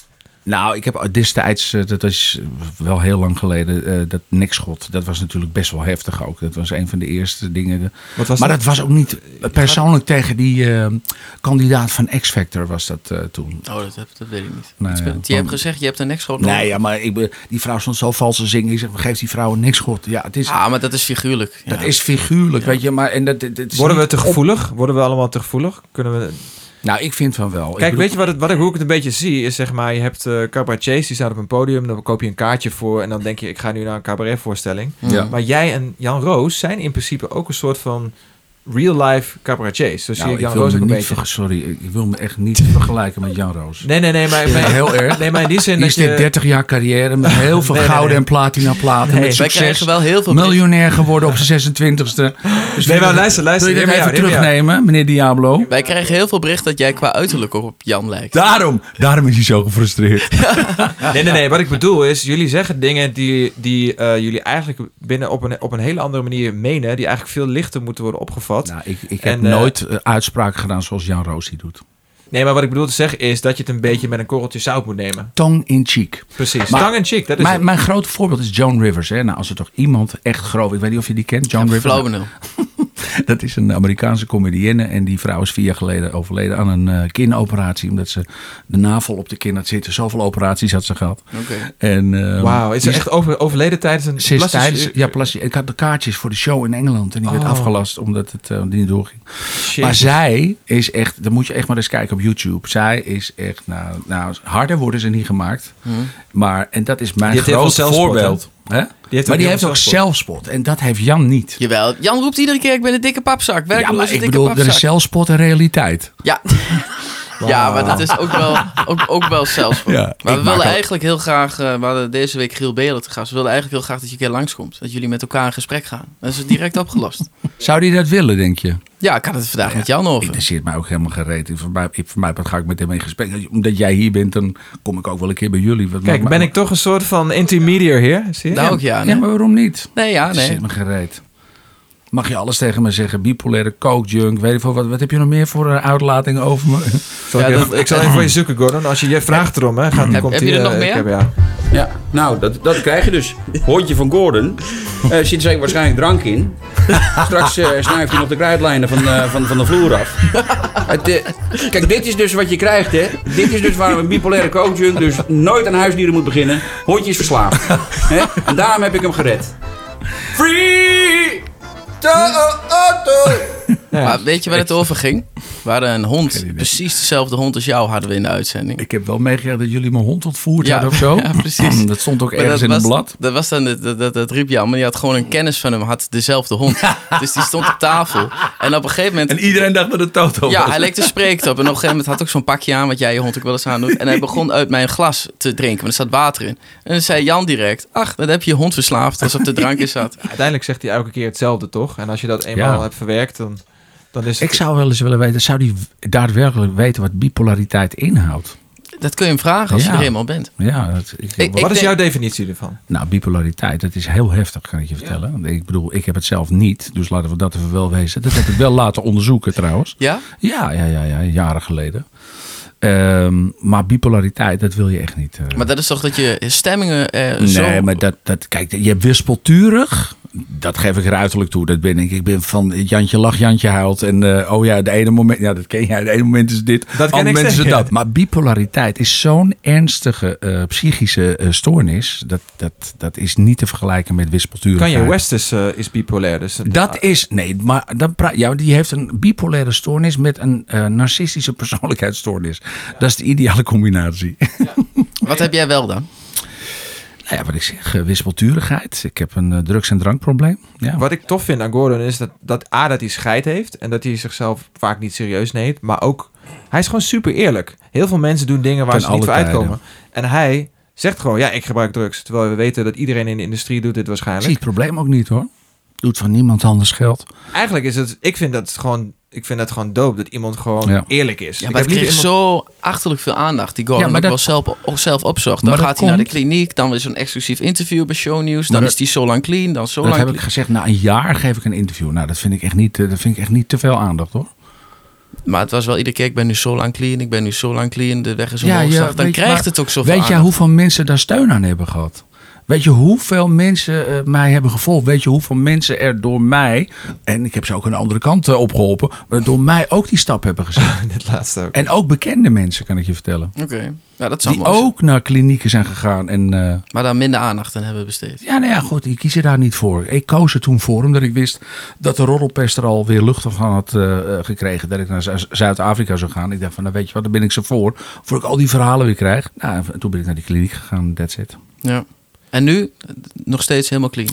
Speaker 2: Nou, ik heb destijds, eh, dat is wel heel lang geleden, eh, dat nekschot. Dat was natuurlijk best wel heftig ook. Dat was een van de eerste dingen.
Speaker 1: Wat was
Speaker 2: maar
Speaker 1: dat?
Speaker 2: dat Eh, was ook niet persoonlijk tegen die eh, kandidaat van X Factor was dat eh, toen.
Speaker 3: Oh, dat, heb, dat weet ik niet.
Speaker 2: Nou
Speaker 3: Iets
Speaker 2: ja,
Speaker 3: met- je
Speaker 2: dan-
Speaker 3: hebt gezegd, je hebt er niks gewoon
Speaker 2: Nee, ja, maar ik, be- die vrouw stond zo vals te zingen. Ik zeg, geef die vrouw een nekschot. Ja, het is,
Speaker 3: Ah, maar dat is figuurlijk. Ja.
Speaker 2: dat is figuurlijk, weet je. Maar, en dat, dat- dat is
Speaker 1: Worden we
Speaker 2: niet
Speaker 1: te
Speaker 2: op-
Speaker 1: gevoelig? Worden we allemaal te gevoelig? Kunnen we...
Speaker 2: Nou, ik vind van wel. Ik
Speaker 1: Kijk,
Speaker 2: bedoel-
Speaker 1: weet je wat, het, wat ik, hoe ik het een beetje zie? Is zeg maar, je hebt eh cabaretiers, die staan op een podium. Dan koop je een kaartje voor en dan denk je, ik ga nu naar een cabaretvoorstelling.
Speaker 2: Ja.
Speaker 1: Maar jij en Jan Roos zijn in principe ook een soort van real-life cabaretiers. Dus zie
Speaker 2: Nou,
Speaker 1: ik
Speaker 2: ik
Speaker 1: Jan
Speaker 2: wil
Speaker 1: Roos
Speaker 2: me
Speaker 1: ook een
Speaker 2: niet
Speaker 1: beetje...
Speaker 2: ver- Sorry, ik wil me echt niet vergelijken met Jan Roos.
Speaker 1: Nee, nee, nee, maar, maar-
Speaker 2: Heel erg.
Speaker 1: Nee, maar in die zin
Speaker 2: Die
Speaker 1: dat
Speaker 2: is dit
Speaker 1: je...
Speaker 2: 30 jaar carrière met heel veel
Speaker 1: Nee, nee,
Speaker 2: gouden
Speaker 1: nee.
Speaker 2: en platina platen.
Speaker 1: Nee,
Speaker 2: met
Speaker 3: Wij
Speaker 2: succes.
Speaker 3: krijgen wel heel veel berichten.
Speaker 2: Miljonair geworden op zijn 26e. Dus
Speaker 1: Nee, maar
Speaker 2: wil-
Speaker 1: luister, luister.
Speaker 2: Wil je
Speaker 1: Dit
Speaker 2: dat
Speaker 1: bij
Speaker 2: even
Speaker 1: jou, dit bij jou.
Speaker 2: terugnemen, meneer Diablo?
Speaker 3: Wij krijgen heel veel bericht dat jij qua uiterlijk ook op Jan lijkt.
Speaker 2: Daarom, daarom is hij zo gefrustreerd.
Speaker 1: Nee, nee, nee. Wat ik bedoel is, jullie zeggen dingen die, die eh, jullie eigenlijk binnen op een, op een hele andere manier menen. Die eigenlijk veel lichter moeten worden opgevat.
Speaker 2: <laughs> Nou, ik, ik heb
Speaker 1: En, eh,
Speaker 2: nooit eh, uitspraken gedaan zoals Jan Roos die doet.
Speaker 1: Nee, maar wat ik bedoel te zeggen is dat je het een beetje met een korreltje zout moet nemen.
Speaker 2: Tong in cheek.
Speaker 1: Precies.
Speaker 2: Maar-
Speaker 1: Tang en chic, dat is
Speaker 2: Mijn,
Speaker 1: het.
Speaker 2: mijn grote voorbeeld is Joan Rivers. Hè. Nou, als er toch iemand echt groot... Ik weet niet of je die kent, Joan
Speaker 3: Ja,
Speaker 2: Rivers.
Speaker 3: flauw benul.
Speaker 2: Dat is een Amerikaanse comedienne. En die vrouw is vier jaar geleden overleden aan een eh, kinoperatie. Omdat ze de navel op de kin had zitten. Zoveel operaties had ze gehad.
Speaker 3: Oké.
Speaker 2: En, ehm,
Speaker 1: Wauw, is ze
Speaker 2: die
Speaker 1: echt over, overleden tijdens een
Speaker 2: Ze is
Speaker 1: plastische
Speaker 2: tijdens,
Speaker 1: chirurgie?
Speaker 2: ja, plastic. Ik had de kaartjes voor de show in Engeland en die werd
Speaker 1: Oh.
Speaker 2: afgelast omdat het eh, die niet doorging.
Speaker 1: Jezus.
Speaker 2: Maar zij is echt, dan moet je echt maar eens kijken op YouTube. Zij is echt, nou, nou harder worden ze niet gemaakt. Maar, en dat is mijn
Speaker 1: Hm. Die heeft heel
Speaker 2: groot
Speaker 1: veel zelfspot,
Speaker 2: voorbeeld. Hè?
Speaker 1: heeft ook
Speaker 2: maar die
Speaker 1: heel
Speaker 2: heeft
Speaker 1: veel
Speaker 2: ook
Speaker 1: zelfspot.
Speaker 2: zelfspot. En dat heeft Jan niet.
Speaker 3: Jawel, Jan roept iedere keer, ik ben een dikke papzak.
Speaker 2: Ja,
Speaker 3: Werkloos,
Speaker 2: maar ik
Speaker 3: dikke
Speaker 2: bedoel, er <laughs>
Speaker 3: papzak.
Speaker 2: is zelfspot en realiteit.
Speaker 3: Ja, Ja, maar dat is ook wel, ook, ook wel zelfs.
Speaker 2: Ja, ik
Speaker 3: maar
Speaker 2: maak
Speaker 3: we willen
Speaker 2: al-
Speaker 3: eigenlijk heel graag, eh, we hadden deze week Giel Belen te gast. We wilden eigenlijk heel graag dat je een keer langskomt. Dat jullie met elkaar in gesprek gaan. Dan is het
Speaker 2: <laughs>
Speaker 3: direct opgelost.
Speaker 2: Zou die dat willen, denk je?
Speaker 3: Ja, ik had het vandaag met Jan over.
Speaker 2: Interesseert mij ook helemaal gereed. Voor mij, ik- voor mij ga ik met hem in gesprek. Omdat jij hier bent, dan kom ik ook wel een keer bij jullie. Wat
Speaker 1: Kijk,
Speaker 2: maakt
Speaker 1: ben
Speaker 2: mij-
Speaker 1: ik toch een soort van intermediair hier? Zie je?
Speaker 3: Daar Nou ook ja.
Speaker 2: Ja,
Speaker 3: Nee,
Speaker 2: maar waarom niet?
Speaker 3: nee ja, nee.
Speaker 2: Interesseert me gereed. Ah, Mag je alles tegen me zeggen? Bipolaire, coke, junk, weet ik veel. Wat, wat heb je nog meer voor eh, uitlatingen over me? <laughs>
Speaker 1: Zal ik
Speaker 3: Ja,
Speaker 1: even-
Speaker 3: dat-
Speaker 1: ik zal
Speaker 2: <clears throat>
Speaker 1: even voor je zoeken, Gordon. Als je, je vraagt erom, hè. Gaat,
Speaker 3: Heb-
Speaker 1: komt
Speaker 3: heb je
Speaker 1: die,
Speaker 3: er nog
Speaker 1: eh,
Speaker 3: meer?
Speaker 1: ik heb- ja.
Speaker 4: Ja, nou, dat, dat krijg je dus. Hondje van Gordon. Er zit zeker waarschijnlijk drank in. Straks eh, snuift hij nog de kruidlijnen van, eh, van, van de vloer af. Het, eh, kijk, dit is dus wat je krijgt, hè. Dit is dus waarom een bipolaire coachjunk dus nooit aan huisdieren moet beginnen. Hondje is verslaafd. Hè? En daarom heb ik hem gered. Free! to- auto!
Speaker 3: Maar weet je waar het over ging? We hadden een hond, precies dezelfde hond als jou hadden we in de uitzending.
Speaker 2: Ik heb wel meegekregen dat jullie mijn hond ontvoerd
Speaker 3: Ja,
Speaker 2: hadden of zo.
Speaker 3: <laughs>
Speaker 2: Mm,
Speaker 3: ja, precies.
Speaker 2: Dat stond ook
Speaker 3: <laughs> Maar
Speaker 2: ergens in
Speaker 3: was,
Speaker 2: het blad.
Speaker 3: Dat, was dan, dat, dat, dat riep Jan, maar die had gewoon een kennis van hem, had dezelfde
Speaker 2: <laughs>
Speaker 3: hond. dus die stond op tafel. En op een gegeven moment
Speaker 2: En iedereen dacht dat het Toto
Speaker 3: Ja,
Speaker 2: was.
Speaker 3: hij leek te spreekt op. En op een gegeven moment had ook zo'n pakje aan, wat jij je hond ook wel eens aan doet. En hij begon uit mijn glas te drinken, want er zat water in. En dan zei Jan direct: Ach, dat heb je je hond verslaafd als op de drank in zat.
Speaker 1: Uiteindelijk zegt hij elke keer hetzelfde, toch? En als je dat eenmaal
Speaker 2: Ja.
Speaker 1: hebt verwerkt, dan, dan is het...
Speaker 2: Ik zou wel eens willen weten, zou die daadwerkelijk weten wat bipolariteit inhoudt?
Speaker 3: Dat kun je hem vragen als je
Speaker 2: Ja.
Speaker 3: er helemaal bent.
Speaker 2: Ja, dat, ik,
Speaker 3: Ik-
Speaker 1: Wat is
Speaker 3: denk-
Speaker 1: jouw definitie ervan?
Speaker 2: nou, bipolariteit, dat is heel heftig, kan ik je vertellen. Ik bedoel, ik heb het zelf niet, dus laten we dat even wel wezen. Dat heb ik wel laten onderzoeken trouwens.
Speaker 3: Ja?
Speaker 2: Ja, ja, ja, ja jaren geleden. Ehm, maar bipolariteit, dat wil je echt niet. eh.
Speaker 3: Maar dat is toch dat je stemmingen eh, zo...
Speaker 2: Nee, maar dat, dat, kijk, je hebt wispelturig. Dat geef ik er uiterlijk toe. Dat ben ik. Ik ben van Jantje lacht, Jantje huilt. En eh, oh ja, de ene moment, ja, dat ken jij. De ene moment is dit,
Speaker 1: ken
Speaker 2: het andere
Speaker 1: ik
Speaker 2: moment is het
Speaker 1: zeker.
Speaker 2: dat. Maar bipolariteit is zo'n ernstige eh, psychische eh, stoornis. Dat, dat, dat is niet te vergelijken met wispelturigheid.
Speaker 1: Kanye West is, eh, is bipolair, dus... het-
Speaker 2: Dat is, nee, maar dan praat, ja, die heeft een bipolaire stoornis met een eh, narcistische persoonlijkheidsstoornis. Dat is de ideale
Speaker 1: <laughs>
Speaker 2: combinatie.
Speaker 3: Wat heb jij wel dan?
Speaker 2: nou ja, wat ik zeg, eh, wispelturigheid. Ik heb een eh, drugs- en drankprobleem. Ja.
Speaker 1: Wat ik tof vind aan Gordon is dat, dat A, dat hij scheid heeft. En dat hij zichzelf vaak niet serieus neemt. Maar ook, hij is gewoon super eerlijk. Heel veel mensen doen dingen waar
Speaker 2: Ten
Speaker 1: ze niet
Speaker 2: alle
Speaker 1: voor
Speaker 2: tijden.
Speaker 1: uitkomen. En hij zegt gewoon, ja, ik gebruik drugs. Terwijl we weten dat iedereen in de industrie doet dit
Speaker 2: Ik zie
Speaker 1: waarschijnlijk.
Speaker 2: het probleem ook niet hoor. Doet van niemand anders geld.
Speaker 1: Eigenlijk is het, ik vind dat gewoon... Ik vind dat gewoon dope, dat iemand gewoon
Speaker 2: Ja.
Speaker 1: eerlijk is.
Speaker 3: Ja,
Speaker 1: Ik
Speaker 3: maar het
Speaker 1: heb
Speaker 3: kreeg
Speaker 1: liever iemand-
Speaker 3: zo achterlijk veel aandacht. Die
Speaker 2: Ja,
Speaker 3: Gordon
Speaker 2: maar
Speaker 3: ook
Speaker 2: dat-
Speaker 3: wel zelf, ook zelf opzocht. Dan
Speaker 2: Maar
Speaker 3: gaat
Speaker 2: dat
Speaker 3: hij naar de
Speaker 2: komt-
Speaker 3: kliniek. Dan is er een exclusief interview bij Show News. Dan
Speaker 2: Maar dat-
Speaker 3: is die zo lang clean. Dan zo
Speaker 2: dat
Speaker 3: lang
Speaker 2: heb
Speaker 3: clean.
Speaker 2: ik gezegd, na een jaar geef ik een interview. Nou, dat vind ik echt niet, eh, dat vind ik echt niet te veel aandacht hoor.
Speaker 3: Maar het was wel iedere keer, ik ben nu zo lang clean, ik ben nu zo lang clean, de weg is omhoog.
Speaker 2: je-
Speaker 3: straf. dan
Speaker 2: weet-
Speaker 3: krijgt
Speaker 2: maar
Speaker 3: het ook zoveel
Speaker 2: Weet jij
Speaker 3: aandacht.
Speaker 2: hoeveel mensen daar steun aan hebben gehad? Weet je hoeveel mensen eh, mij hebben gevolgd? Weet je hoeveel mensen er door mij, en ik heb ze ook aan de andere kant eh, opgeholpen, maar door mij ook die stap hebben
Speaker 3: <laughs>
Speaker 2: gezet.
Speaker 1: <laughs> Dit laatste ook.
Speaker 2: en ook bekende mensen, kan ik je vertellen.
Speaker 3: Oké, ja, dat zou
Speaker 2: Die
Speaker 3: mooi zijn.
Speaker 2: ook naar klinieken zijn gegaan en eh,
Speaker 3: Maar daar minder aandacht aan hebben besteed.
Speaker 2: Ja, nou ja, goed, ik kies er daar niet voor. Ik koos er toen voor, omdat ik wist dat de roddelpest er alweer lucht van had eh, eh, gekregen. Dat ik naar Zu- Zuid-Afrika zou gaan. Ik dacht van, nou weet je wat, daar ben ik ze voor. Voor ik al die verhalen weer krijg. Nou, en toen ben ik naar die kliniek gegaan, that's it.
Speaker 3: Ja. En nu eh, nog steeds helemaal clean.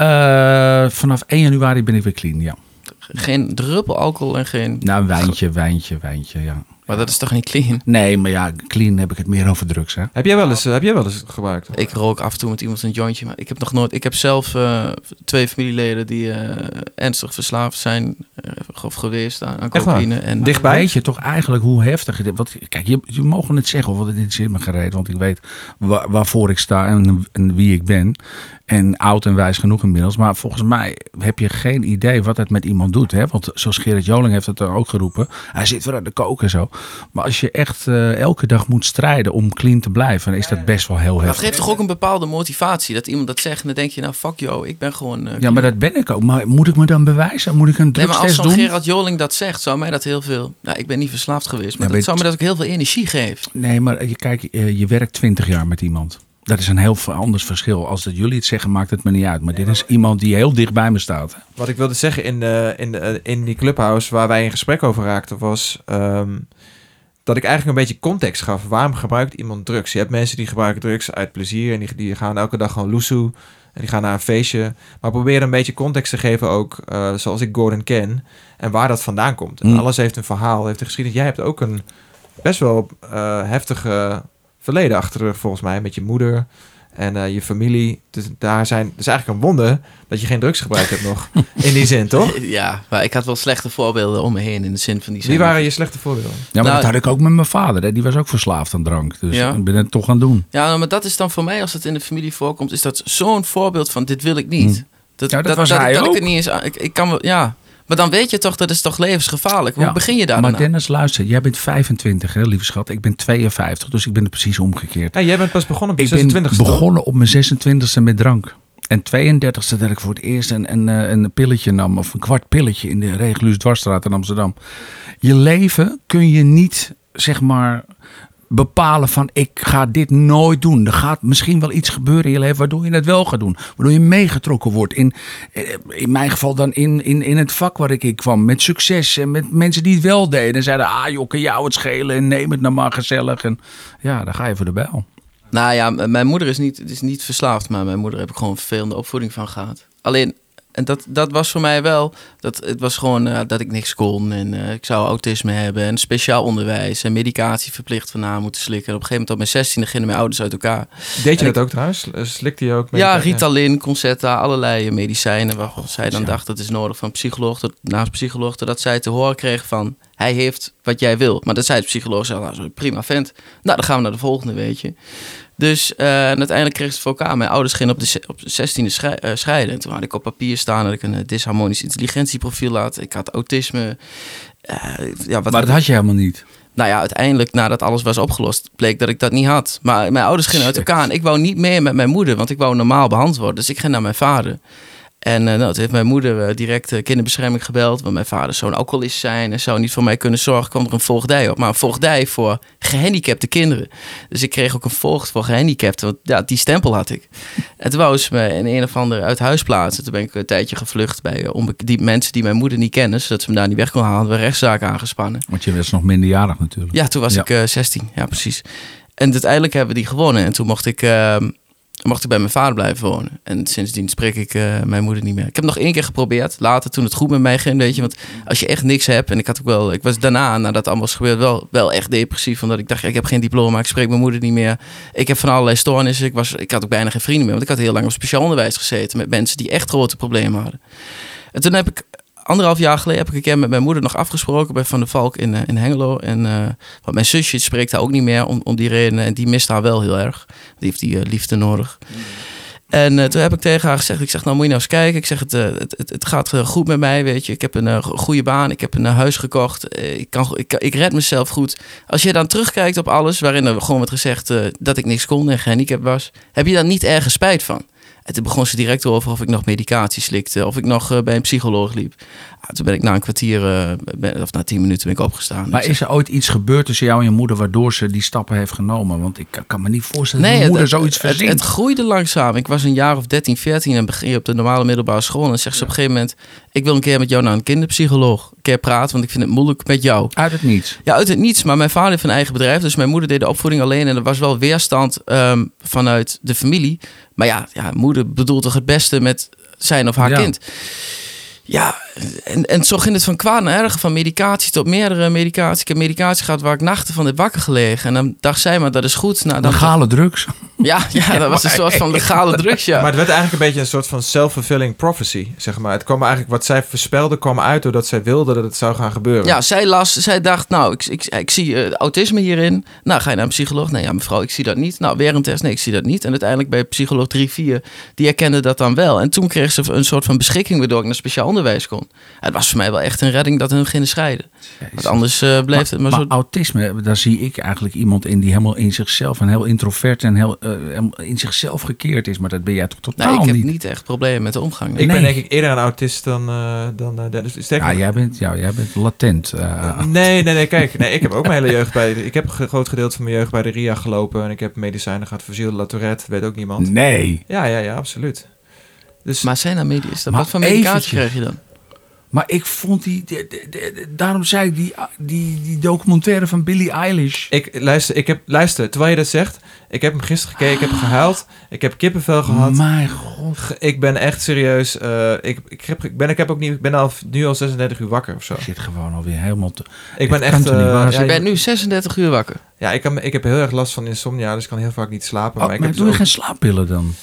Speaker 2: Eh, vanaf 1 januari ben ik weer clean, ja.
Speaker 3: Geen druppel alcohol en geen...
Speaker 2: Nou, een wijntje, wijntje, wijntje, ja.
Speaker 3: Maar dat is toch niet clean?
Speaker 2: Nee, maar ja, clean heb ik het meer over drugs, hè.
Speaker 1: Heb jij wel eens, eh, heb jij wel eens gebruikt?
Speaker 3: Ik rook af en toe met iemand een jointje, maar ik heb nog nooit... Ik heb zelf eh, twee familieleden die eh, ernstig verslaafd zijn eh, of geweest aan, aan
Speaker 1: Echt waar?
Speaker 3: cocaïne. En,
Speaker 1: Dichtbij?
Speaker 2: Weet je toch eigenlijk hoe heftig het is? Want, kijk, je, je mogen het zeggen, want het interesseert me gereed. Want ik weet wa- waarvoor ik sta en, en wie ik ben. En oud en wijs genoeg inmiddels. Maar volgens mij heb je geen idee wat het met iemand doet. Hè? Want zoals Gerrit Joling heeft het dan ook geroepen. Hij zit weer aan de koken en zo. Maar als je echt eh, elke dag moet strijden om clean te blijven... dan is dat best wel heel
Speaker 3: dat
Speaker 2: heftig.
Speaker 3: geeft toch ook een bepaalde motivatie dat iemand dat zegt en dan denk je, nou fuck yo, ik ben gewoon... eh,
Speaker 2: Ja, maar dat ben ik ook. Maar moet ik me dan bewijzen? Moet ik een
Speaker 3: Nee, maar als
Speaker 2: drugstest
Speaker 3: zo'n
Speaker 2: doen?
Speaker 3: Gerard Joling dat zegt, zou mij dat heel veel... Nou, ik ben niet verslaafd geweest, maar
Speaker 2: Ja,
Speaker 3: dat
Speaker 2: weet-
Speaker 3: zou me dat ook heel veel energie geven.
Speaker 2: Nee, maar je, kijk, eh, je werkt 20 jaar met iemand. Dat is een heel v- anders verschil. Als dat jullie het zeggen, maakt het me niet uit. Maar dit is iemand die heel dicht bij me staat.
Speaker 1: Wat ik wilde zeggen in, eh, in, eh, in die clubhouse waar wij in gesprek over raakten, was ehm, dat ik eigenlijk een beetje context gaf. Waarom gebruikt iemand drugs? Je hebt mensen die gebruiken drugs uit plezier en die, die gaan elke dag gewoon loesoe en die gaan naar een feestje. Maar probeer een beetje context te geven ook, eh, zoals ik Gordon ken en waar dat vandaan komt. En
Speaker 2: Hmm.
Speaker 1: alles heeft een verhaal, heeft een geschiedenis. Jij hebt ook een best wel eh heftige verleden achter de rug, volgens mij. Met je moeder en eh, je familie. Dus daar zijn, het is eigenlijk een wonder dat je geen drugs gebruikt hebt
Speaker 2: <laughs>
Speaker 1: nog. In die zin, toch?
Speaker 3: Ja, maar ik had wel slechte voorbeelden om me heen in de zin van die
Speaker 1: Wie waren je slechte voorbeelden?
Speaker 2: Ja, maar
Speaker 3: Nou,
Speaker 2: dat had ik ook met mijn vader. Hè. Die was ook verslaafd aan drank. Dus
Speaker 3: Ja.
Speaker 2: ik ben het toch gaan doen.
Speaker 3: Ja, nou, maar dat is dan voor mij, als het in de familie voorkomt, is dat zo'n voorbeeld van dit wil ik niet. Dat,
Speaker 2: Ja, dat was hij
Speaker 3: dat ik
Speaker 2: ook.
Speaker 3: het niet eens aan- Ik, ik kan wel, ja. Maar dan weet je toch, dat is toch levensgevaarlijk. Hoe
Speaker 2: Ja.
Speaker 3: begin je daar
Speaker 2: Maar
Speaker 3: dan aan?
Speaker 2: Dennis, luister. Jij bent 25, hè, lieve schat. Ik ben 52, dus ik ben het precies omgekeerd.
Speaker 1: Hey, jij bent pas begonnen op
Speaker 2: Ik
Speaker 1: je
Speaker 2: ben
Speaker 1: 26
Speaker 2: begonnen op mijn 26e met drank. En 32e dat ik voor het eerst een, een, eh, een pilletje nam. Of een kwart pilletje in de Regulus Dwarsstraat in Amsterdam. Je leven kun je niet, zeg maar, bepalen van ik ga dit nooit doen. Er gaat misschien wel iets gebeuren in je leven waardoor je het wel gaat doen. Waardoor je meegetrokken wordt. In, eh, in mijn geval dan in, in, in het vak waar ik in kwam. Met succes en met mensen die het wel deden. En zeiden, ah joh, kan jou het schelen en neem het nou maar gezellig. En ja, dan ga je voor de bijl.
Speaker 3: Nou ja, m- mijn moeder is niet, is niet verslaafd, maar mijn moeder heb ik gewoon vervelende opvoeding van gehad. Alleen, en dat, dat was voor mij wel, dat, het was gewoon eh, dat ik niks kon en eh, ik zou autisme hebben en speciaal onderwijs en medicatie verplicht van haar moeten slikken. En op een gegeven moment op mijn 16e gingen mijn ouders uit elkaar.
Speaker 1: Deed je
Speaker 3: En ik-
Speaker 1: dat ook trouwens? eh, Slikte je ook?
Speaker 3: Ja,
Speaker 1: medica-
Speaker 3: Ritalin, Concerta, allerlei eh, medicijnen waarvan zij dan dacht dat is nodig van psycholoog, tot, naast psycholoog, totdat zij te horen kreeg van hij heeft wat jij wil. Maar dat zei de psycholoog, zei, nou, sorry, prima vent. Nou, dan gaan we naar de volgende, weet je. Dus eh, en uiteindelijk kreeg ze het voor elkaar. Mijn ouders gingen op de, ze- op de 16e schei- eh, scheiden. En toen had ik op papier staan dat ik een eh, disharmonisch intelligentieprofiel had. Ik had autisme. Eh, ja, wat
Speaker 2: maar dat had je helemaal niet.
Speaker 3: nou ja, uiteindelijk nadat alles was opgelost, bleek dat ik dat niet had. Maar mijn ouders gingen uit
Speaker 2: Shit.
Speaker 3: elkaar. En ik wou niet meer met mijn moeder, want ik wou normaal behandeld worden. Dus ik ging naar mijn vader. En eh, nou, toen heeft mijn moeder eh, direct eh, kinderbescherming gebeld. Want mijn vader zou een alcoholist zijn en zou niet voor mij kunnen zorgen. kwam er een voogdij op. Maar een voogdij voor gehandicapte kinderen. Dus ik kreeg ook een voogd voor gehandicapten. Want ja, die stempel had ik. En toen wou ze me in een of ander uit huis plaatsen. Toen ben ik een tijdje gevlucht bij eh, onbe- die mensen die mijn moeder niet kennen. Zodat ze me daar niet weg kon halen. We hebben rechtszaken aangespannen.
Speaker 2: Want je was nog minderjarig natuurlijk.
Speaker 3: Ja, toen was
Speaker 2: Ja.
Speaker 3: ik eh, 16. Ja, precies. En uiteindelijk hebben we die gewonnen. En toen mocht ik, eh, mocht ik bij mijn vader blijven wonen. En sindsdien spreek ik eh, mijn moeder niet meer. Ik heb nog één keer geprobeerd. Later, toen het goed met mij ging, weet je. Want als je echt niks hebt... En ik had ook wel... Ik was daarna, nadat allemaal was gebeurd, wel, wel echt depressief. Omdat ik dacht, ja, ik heb geen diploma. Ik spreek mijn moeder niet meer. Ik heb van allerlei stoornissen. Ik, was, ik had ook bijna geen vrienden meer. Want ik had heel lang op speciaal onderwijs gezeten. Met mensen die echt grote problemen hadden. En toen heb ik anderhalf jaar geleden heb ik een keer met mijn moeder nog afgesproken bij Van der Valk in, eh, in Hengelo. En, eh, want mijn zusje spreekt haar ook niet meer om, om die redenen. En die mist haar wel heel erg. Die heeft die eh, liefde nodig. En eh, toen heb ik tegen haar gezegd, ik zeg, nou moet je nou eens kijken. Ik zeg, het, eh, het, het, het gaat eh, goed met mij, weet je. Ik heb een eh, go- goede baan, ik heb een eh, huis gekocht. Eh, ik, kan, go- ik, ik red mezelf goed. Als je dan terugkijkt op alles waarin er gewoon werd gezegd eh, dat ik niks kon en gehandicapt was. Heb je daar niet ergens spijt van? En toen begon ze direct over of ik nog medicatie slikte. Of ik nog eh, bij een psycholoog liep. Ah, toen ben ik na een kwartier, eh, ben- of na tien minuten ben ik opgestaan.
Speaker 2: Maar
Speaker 3: Ik zeg,
Speaker 2: is er ooit iets gebeurd tussen jou en je moeder waardoor ze die stappen heeft genomen? Want ik kan- kan me niet voorstellen dat je moeder zoiets
Speaker 3: het,
Speaker 2: verzint.
Speaker 3: het groeide langzaam. Ik was een jaar of 13, 14 en begin je op de normale middelbare school. En dan zegt ze op een gegeven moment: Ik wil een keer met jou naar een kinderpsycholoog. Een keer praten, want ik vind het moeilijk met jou.
Speaker 2: Uit het niets.
Speaker 3: Ja, uit het niets. Maar mijn vader heeft een eigen bedrijf. Dus mijn moeder deed de opvoeding alleen. En er was wel weerstand ehm, vanuit de familie. Maar ja, ja, moeder bedoelt toch het beste met zijn of haar
Speaker 2: Ja.
Speaker 3: kind. Ja, en, en zo ging het van kwaad naar erger. Van medicatie tot meerdere medicatie. Ik heb medicatie gehad waar ik nachten van dit wakker gelegen. En dan dacht zij maar, dat is goed. Nou, dan
Speaker 2: Legale drugs.
Speaker 3: ja, ja, dat was een soort van legale drugs, ja.
Speaker 1: Maar het werd eigenlijk een beetje een soort van self-fulfilling prophecy, zeg maar. Het kwam eigenlijk, wat zij voorspelde kwam uit doordat zij wilde dat het zou gaan gebeuren.
Speaker 3: Ja, zij las, zij dacht, nou, ik, ik, ik zie eh, autisme hierin. Nou, ga je naar een psycholoog? Nee, ja, mevrouw, ik zie dat niet. Nou, weer een test? Nee, ik zie dat niet. En uiteindelijk bij psycholoog 3, 4, die herkende dat dan wel. En toen kreeg ze een soort van beschikking waardoor ik naar speciaal onderwijs kon. Het was voor mij wel echt een redding dat hun gingen scheiden. Want anders eh, bleef het maar,
Speaker 2: Maar
Speaker 3: zo...
Speaker 2: autisme, daar zie ik eigenlijk iemand in die helemaal in zichzelf en heel introvert en heel, eh, helemaal in zichzelf gekeerd is. Maar dat ben jij toch totaal
Speaker 3: Nee, Nou, ik heb
Speaker 2: niet.
Speaker 3: niet echt problemen met de omgang.
Speaker 1: Ik ben
Speaker 2: Nee.
Speaker 1: denk ik eerder een autist dan... eh dan eh, Dennis. Sterker
Speaker 2: Ja,
Speaker 1: nog-
Speaker 2: jij bent, ja, jij bent latent. eh,
Speaker 1: Nee, nee, nee, kijk. Nee, ik heb ook mijn hele jeugd bij... Ik heb een groot gedeelte van mijn jeugd bij de RIA gelopen. En ik heb medicijnen gehad voor Gilles La Tourette. Weet ook niemand.
Speaker 2: nee.
Speaker 1: Ja, ja, ja, absoluut. Dus
Speaker 3: Maar zijn daar medisch?
Speaker 2: Maar
Speaker 3: Wat voor medicatie
Speaker 2: eventjes.
Speaker 3: kreeg je dan?
Speaker 2: Maar ik vond die. de- de- de- daarom zei ik die, die, die documentaire van Billie Eilish.
Speaker 1: Ik, luister, ik heb, luister, terwijl je dat zegt. Ik heb hem gisteren gekeken, ik heb gehuild. Ik heb kippenvel gehad.
Speaker 2: Mijn god.
Speaker 1: Ge- Ik ben echt serieus. eh, ik, ik, heb, ik, ben, ik, heb ook niet, ik ben al, nu al 36 uur wakker of zo.
Speaker 2: Ik zit gewoon alweer helemaal te.
Speaker 1: Ik ben
Speaker 2: Het
Speaker 1: echt.
Speaker 2: kan toch niet
Speaker 1: eh,
Speaker 2: waar
Speaker 1: ja,
Speaker 3: Je bent nu 36 uur wakker.
Speaker 1: ja, ik, kan, ik heb heel erg last van insomnia, dus ik kan heel vaak niet slapen.
Speaker 2: Oh,
Speaker 1: maar ik
Speaker 2: maar
Speaker 1: heb
Speaker 2: doe
Speaker 1: dus
Speaker 2: je
Speaker 1: ook-
Speaker 2: geen slaappillen dan?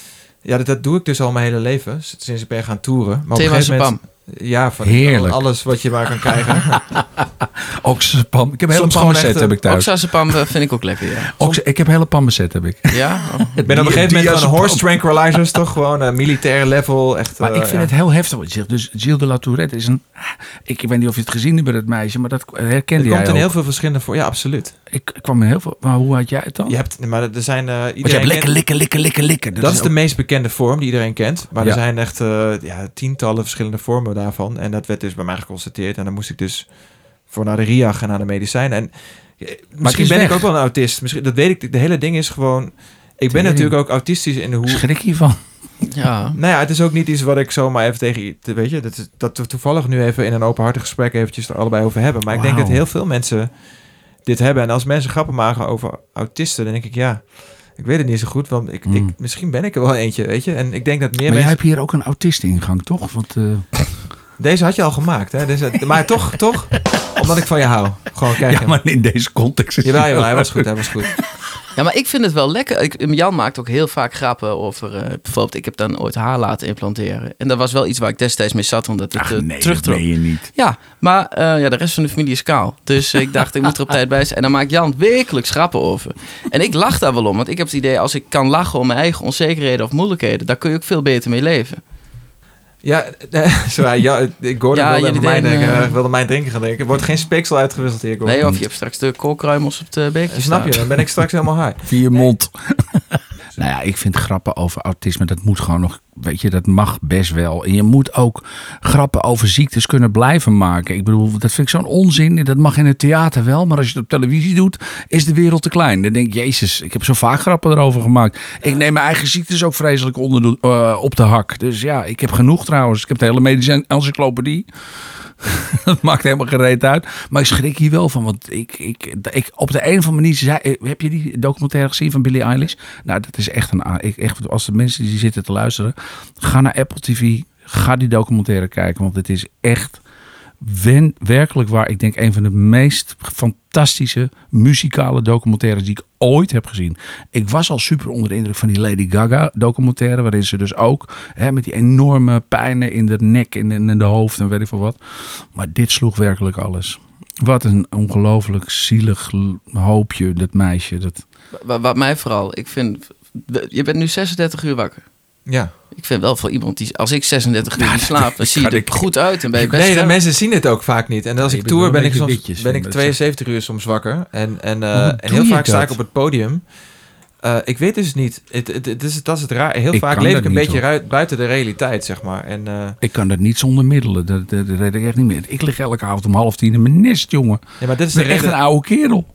Speaker 1: ja, dat, dat doe ik dus al mijn hele leven. Sinds ik ben gaan toeren. Maar
Speaker 3: Thema
Speaker 1: op een gegeven moment. Ja, van
Speaker 2: Heerlijk.
Speaker 1: alles wat je maar kan
Speaker 2: <laughs>
Speaker 1: krijgen.
Speaker 2: Ook spam. Ik heb een hele
Speaker 1: Soms gewoon
Speaker 2: pammeset
Speaker 1: echt,
Speaker 2: heb ik thuis.
Speaker 3: Oxazepam eh, vind ik ook lekker,
Speaker 2: <laughs>
Speaker 3: ja.
Speaker 2: Ook, ik heb een hele pammeset heb ik.
Speaker 3: Ja? Oh.
Speaker 1: Ik ben op een gegeven moment van horse tranquilizers toch gewoon eh, militair level. Echt,
Speaker 2: Maar
Speaker 1: eh,
Speaker 2: ik vind
Speaker 1: ja.
Speaker 2: het heel heftig wat je zegt. Dus Gilles de La Tourette is een... Ik weet niet of je het gezien hebt met het meisje, maar dat herkende
Speaker 1: Er
Speaker 2: jij
Speaker 1: komt in
Speaker 2: ook.
Speaker 1: heel veel verschillende voor. Ja, absoluut.
Speaker 2: Ik ik kwam in heel veel... Maar hoe had jij het dan?
Speaker 1: Je hebt, maar er zijn eh,
Speaker 2: Want je
Speaker 1: iedereen
Speaker 2: hebt
Speaker 1: kent-
Speaker 2: likken, likken, likken, likken, likken.
Speaker 1: dat is de meest bekende vorm die iedereen kent. Maar
Speaker 2: Ja.
Speaker 1: er zijn echt eh, ja, tientallen verschillende vormen daarvan. En dat werd dus bij mij geconstateerd. En dan moest ik dus voor naar de RIA gaan, naar de medicijn. En eh, misschien
Speaker 2: is
Speaker 1: ben
Speaker 2: weg.
Speaker 1: ik ook wel een autist. Misschien, dat weet ik. De hele ding is gewoon... Ik ben
Speaker 2: Tering.
Speaker 1: natuurlijk ook autistisch in hoe...
Speaker 2: Schrik hiervan.
Speaker 3: Ja.
Speaker 1: Nou ja, het is ook niet iets wat ik zomaar even tegen... i- te- Weet je, dat, is- dat we toevallig nu even in een openhartig gesprek eventjes er allebei over hebben. Maar ik denk
Speaker 2: Wauw.
Speaker 1: dat heel veel mensen dit hebben. En als mensen grappen maken over autisten, dan denk ik ja... Ik weet het niet zo goed, want ik, ik-
Speaker 2: Hmm.
Speaker 1: misschien ben ik er wel eentje, weet je. En ik denk dat meer
Speaker 2: maar jij
Speaker 1: mensen...
Speaker 2: hebt hier ook een autist-ingang, toch? Want, eh,
Speaker 1: Deze had je al gemaakt, hè? Deze, maar
Speaker 2: <laughs>
Speaker 1: toch, toch, omdat ik van je hou. Gewoon kijken.
Speaker 2: ja, maar in deze context is
Speaker 1: Jawel,
Speaker 2: het
Speaker 1: jawel, hij
Speaker 2: wel-
Speaker 1: was goed, hij was goed.
Speaker 3: ja, maar ik vind het wel lekker. Ik, Jan maakt ook heel vaak grappen over... eh, bijvoorbeeld, ik heb dan ooit haar laten implanteren. En dat was wel iets waar ik destijds mee zat, omdat het
Speaker 2: Ach
Speaker 3: eh,
Speaker 2: nee, dat
Speaker 3: terugtrok.
Speaker 2: meen je niet.
Speaker 3: Ja, maar eh, ja, de rest van de familie is kaal.
Speaker 2: <laughs>
Speaker 3: Dus ik dacht, ik moet er op tijd bij zijn. En dan maakt Jan werkelijk schrappen over. En ik lach daar wel om, want ik heb het idee... als ik kan lachen om mijn eigen onzekerheden of moeilijkheden... daar kun je ook veel beter mee leven.
Speaker 1: Ja, <laughs> eh, sorry, ja ik Gordon
Speaker 3: Ja,
Speaker 1: wilde, aan
Speaker 3: jullie
Speaker 1: mijn
Speaker 3: denken,
Speaker 1: denken,
Speaker 3: eh,
Speaker 1: wilde mijn drinken gaan denken. Er wordt geen speeksel uitgewisseld hier, Gordon.
Speaker 3: Nee, of je hebt straks de koolkruimels op de
Speaker 2: Eh,
Speaker 3: beekje
Speaker 1: Snap je,
Speaker 3: staan.
Speaker 1: dan ben ik straks helemaal high.
Speaker 2: Vier mond. nou ja, ik vind grappen over autisme, dat moet gewoon nog, weet je, dat mag best wel. En je moet ook grappen over ziektes kunnen blijven maken. Ik bedoel, dat vind ik zo'n onzin. Dat mag in het theater wel, maar als je het op televisie doet, is de wereld te klein. Dan denk ik, jezus, ik heb zo vaak grappen erover gemaakt. Ik neem mijn eigen ziektes ook vreselijk onder de- eh, op de hak. Dus ja, ik heb genoeg trouwens. Ik heb de hele medische encyclopedie. <laughs> Dat maakt helemaal gereed uit. Maar ik schrik hier wel van. Want ik, ik, ik, op de een of andere manier. Zei, heb je die documentaire gezien van Billie Eilish? Nou, dat is echt een. a- Ik, echt, als de mensen die zitten te luisteren. Ga naar Apple TV. Ga die documentaire kijken. Want het is echt. wen- werkelijk waar. Ik denk een van de meest fantastische muzikale documentaires die ik ooit heb gezien. Ik was al super onder de indruk van die Lady Gaga documentaire. Waarin ze dus ook hè, met die enorme pijnen in de nek en in, in de hoofd en weet ik veel wat. Maar dit sloeg werkelijk alles. Wat een ongelooflijk zielig l- hoopje, dat meisje. Dat...
Speaker 3: Wa- Wat mij vooral, ik vind... Je bent nu 36 uur wakker.
Speaker 1: Ja.
Speaker 3: Ik vind wel voor iemand die... Als ik 36 uur niet slaap, dan zie je
Speaker 2: kan
Speaker 3: er
Speaker 2: ik-
Speaker 3: goed uit en ben je best
Speaker 1: Nee, de
Speaker 3: scherp.
Speaker 1: mensen zien het ook vaak niet. En als
Speaker 2: Nee,
Speaker 1: ik
Speaker 2: je bent
Speaker 1: tour
Speaker 2: wel
Speaker 1: ben ik
Speaker 2: een beetje
Speaker 1: soms
Speaker 2: ditjes,
Speaker 1: ben ik
Speaker 2: vind ik.
Speaker 1: 72 uur soms wakker. En, en, eh,
Speaker 2: Waarom
Speaker 1: en
Speaker 2: doe
Speaker 1: heel
Speaker 2: je
Speaker 1: vaak sta
Speaker 2: dat?
Speaker 1: ik op het podium. Eh, ik weet dus niet. Het, het, het is, dat is het raar. Heel
Speaker 2: Ik
Speaker 1: vaak
Speaker 2: kan
Speaker 1: leef
Speaker 2: dat
Speaker 1: ik een
Speaker 2: niet,
Speaker 1: beetje
Speaker 2: hoor.
Speaker 1: ruit, buiten de realiteit, zeg maar. En eh,
Speaker 2: Ik kan dat niet zonder middelen. Dat, dat, dat red ik echt niet meer. Ik lig elke avond om half tien in mijn nest, jongen.
Speaker 1: ja, maar dit is
Speaker 2: Ik
Speaker 1: de
Speaker 2: ben echt
Speaker 1: reden.
Speaker 2: een oude kerel.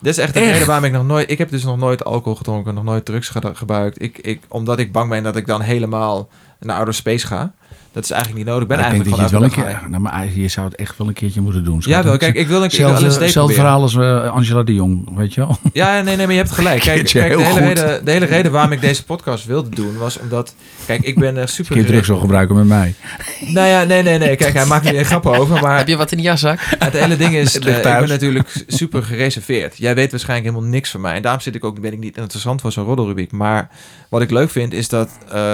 Speaker 1: Dit is echt de
Speaker 2: Echt?
Speaker 1: reden waarom ik nog nooit... Ik heb dus nog nooit alcohol gedronken, nog nooit drugs geda- gebruikt. Ik, ik, omdat ik bang ben dat ik dan helemaal naar outer space ga. Dat is eigenlijk niet nodig. Ik ben
Speaker 2: Maar ik denk
Speaker 1: eigenlijk
Speaker 2: dat je het
Speaker 1: van
Speaker 2: wel een
Speaker 1: outer
Speaker 2: keer... Nou, maar je zou het echt wel een keertje moeten doen.
Speaker 1: Ja,
Speaker 2: schat.
Speaker 1: wel. Kijk, ik wil een keer
Speaker 2: Hetzelfde-
Speaker 1: LSD
Speaker 2: Hetzelfde
Speaker 1: proberen.
Speaker 2: verhaal als eh, Angela de Jong, weet je wel.
Speaker 1: Ja, nee, nee, maar je hebt gelijk.
Speaker 2: <laughs>
Speaker 1: Kijk,
Speaker 2: Keertje
Speaker 1: kijk de,
Speaker 2: heel
Speaker 1: hele
Speaker 2: goed.
Speaker 1: reden, de hele reden waarom ik deze podcast wilde doen was omdat... Kijk, ik ben echt super...
Speaker 2: Kun je drugs wil gebruiken met mij.
Speaker 1: Nou ja, nee, nee, nee. Kijk, hij maakt
Speaker 2: <laughs>
Speaker 1: nu een grap over, maar
Speaker 3: Heb je wat in de jaszak?
Speaker 1: het hele ding is...
Speaker 2: Het
Speaker 1: eh,
Speaker 2: ligt
Speaker 1: ik ben
Speaker 2: thuis.
Speaker 1: natuurlijk super gereserveerd. Jij weet waarschijnlijk helemaal niks van mij. En daarom zit ik ook, ben ik niet interessant voor zo'n roddelrubriek. Maar wat ik leuk vind is dat eh,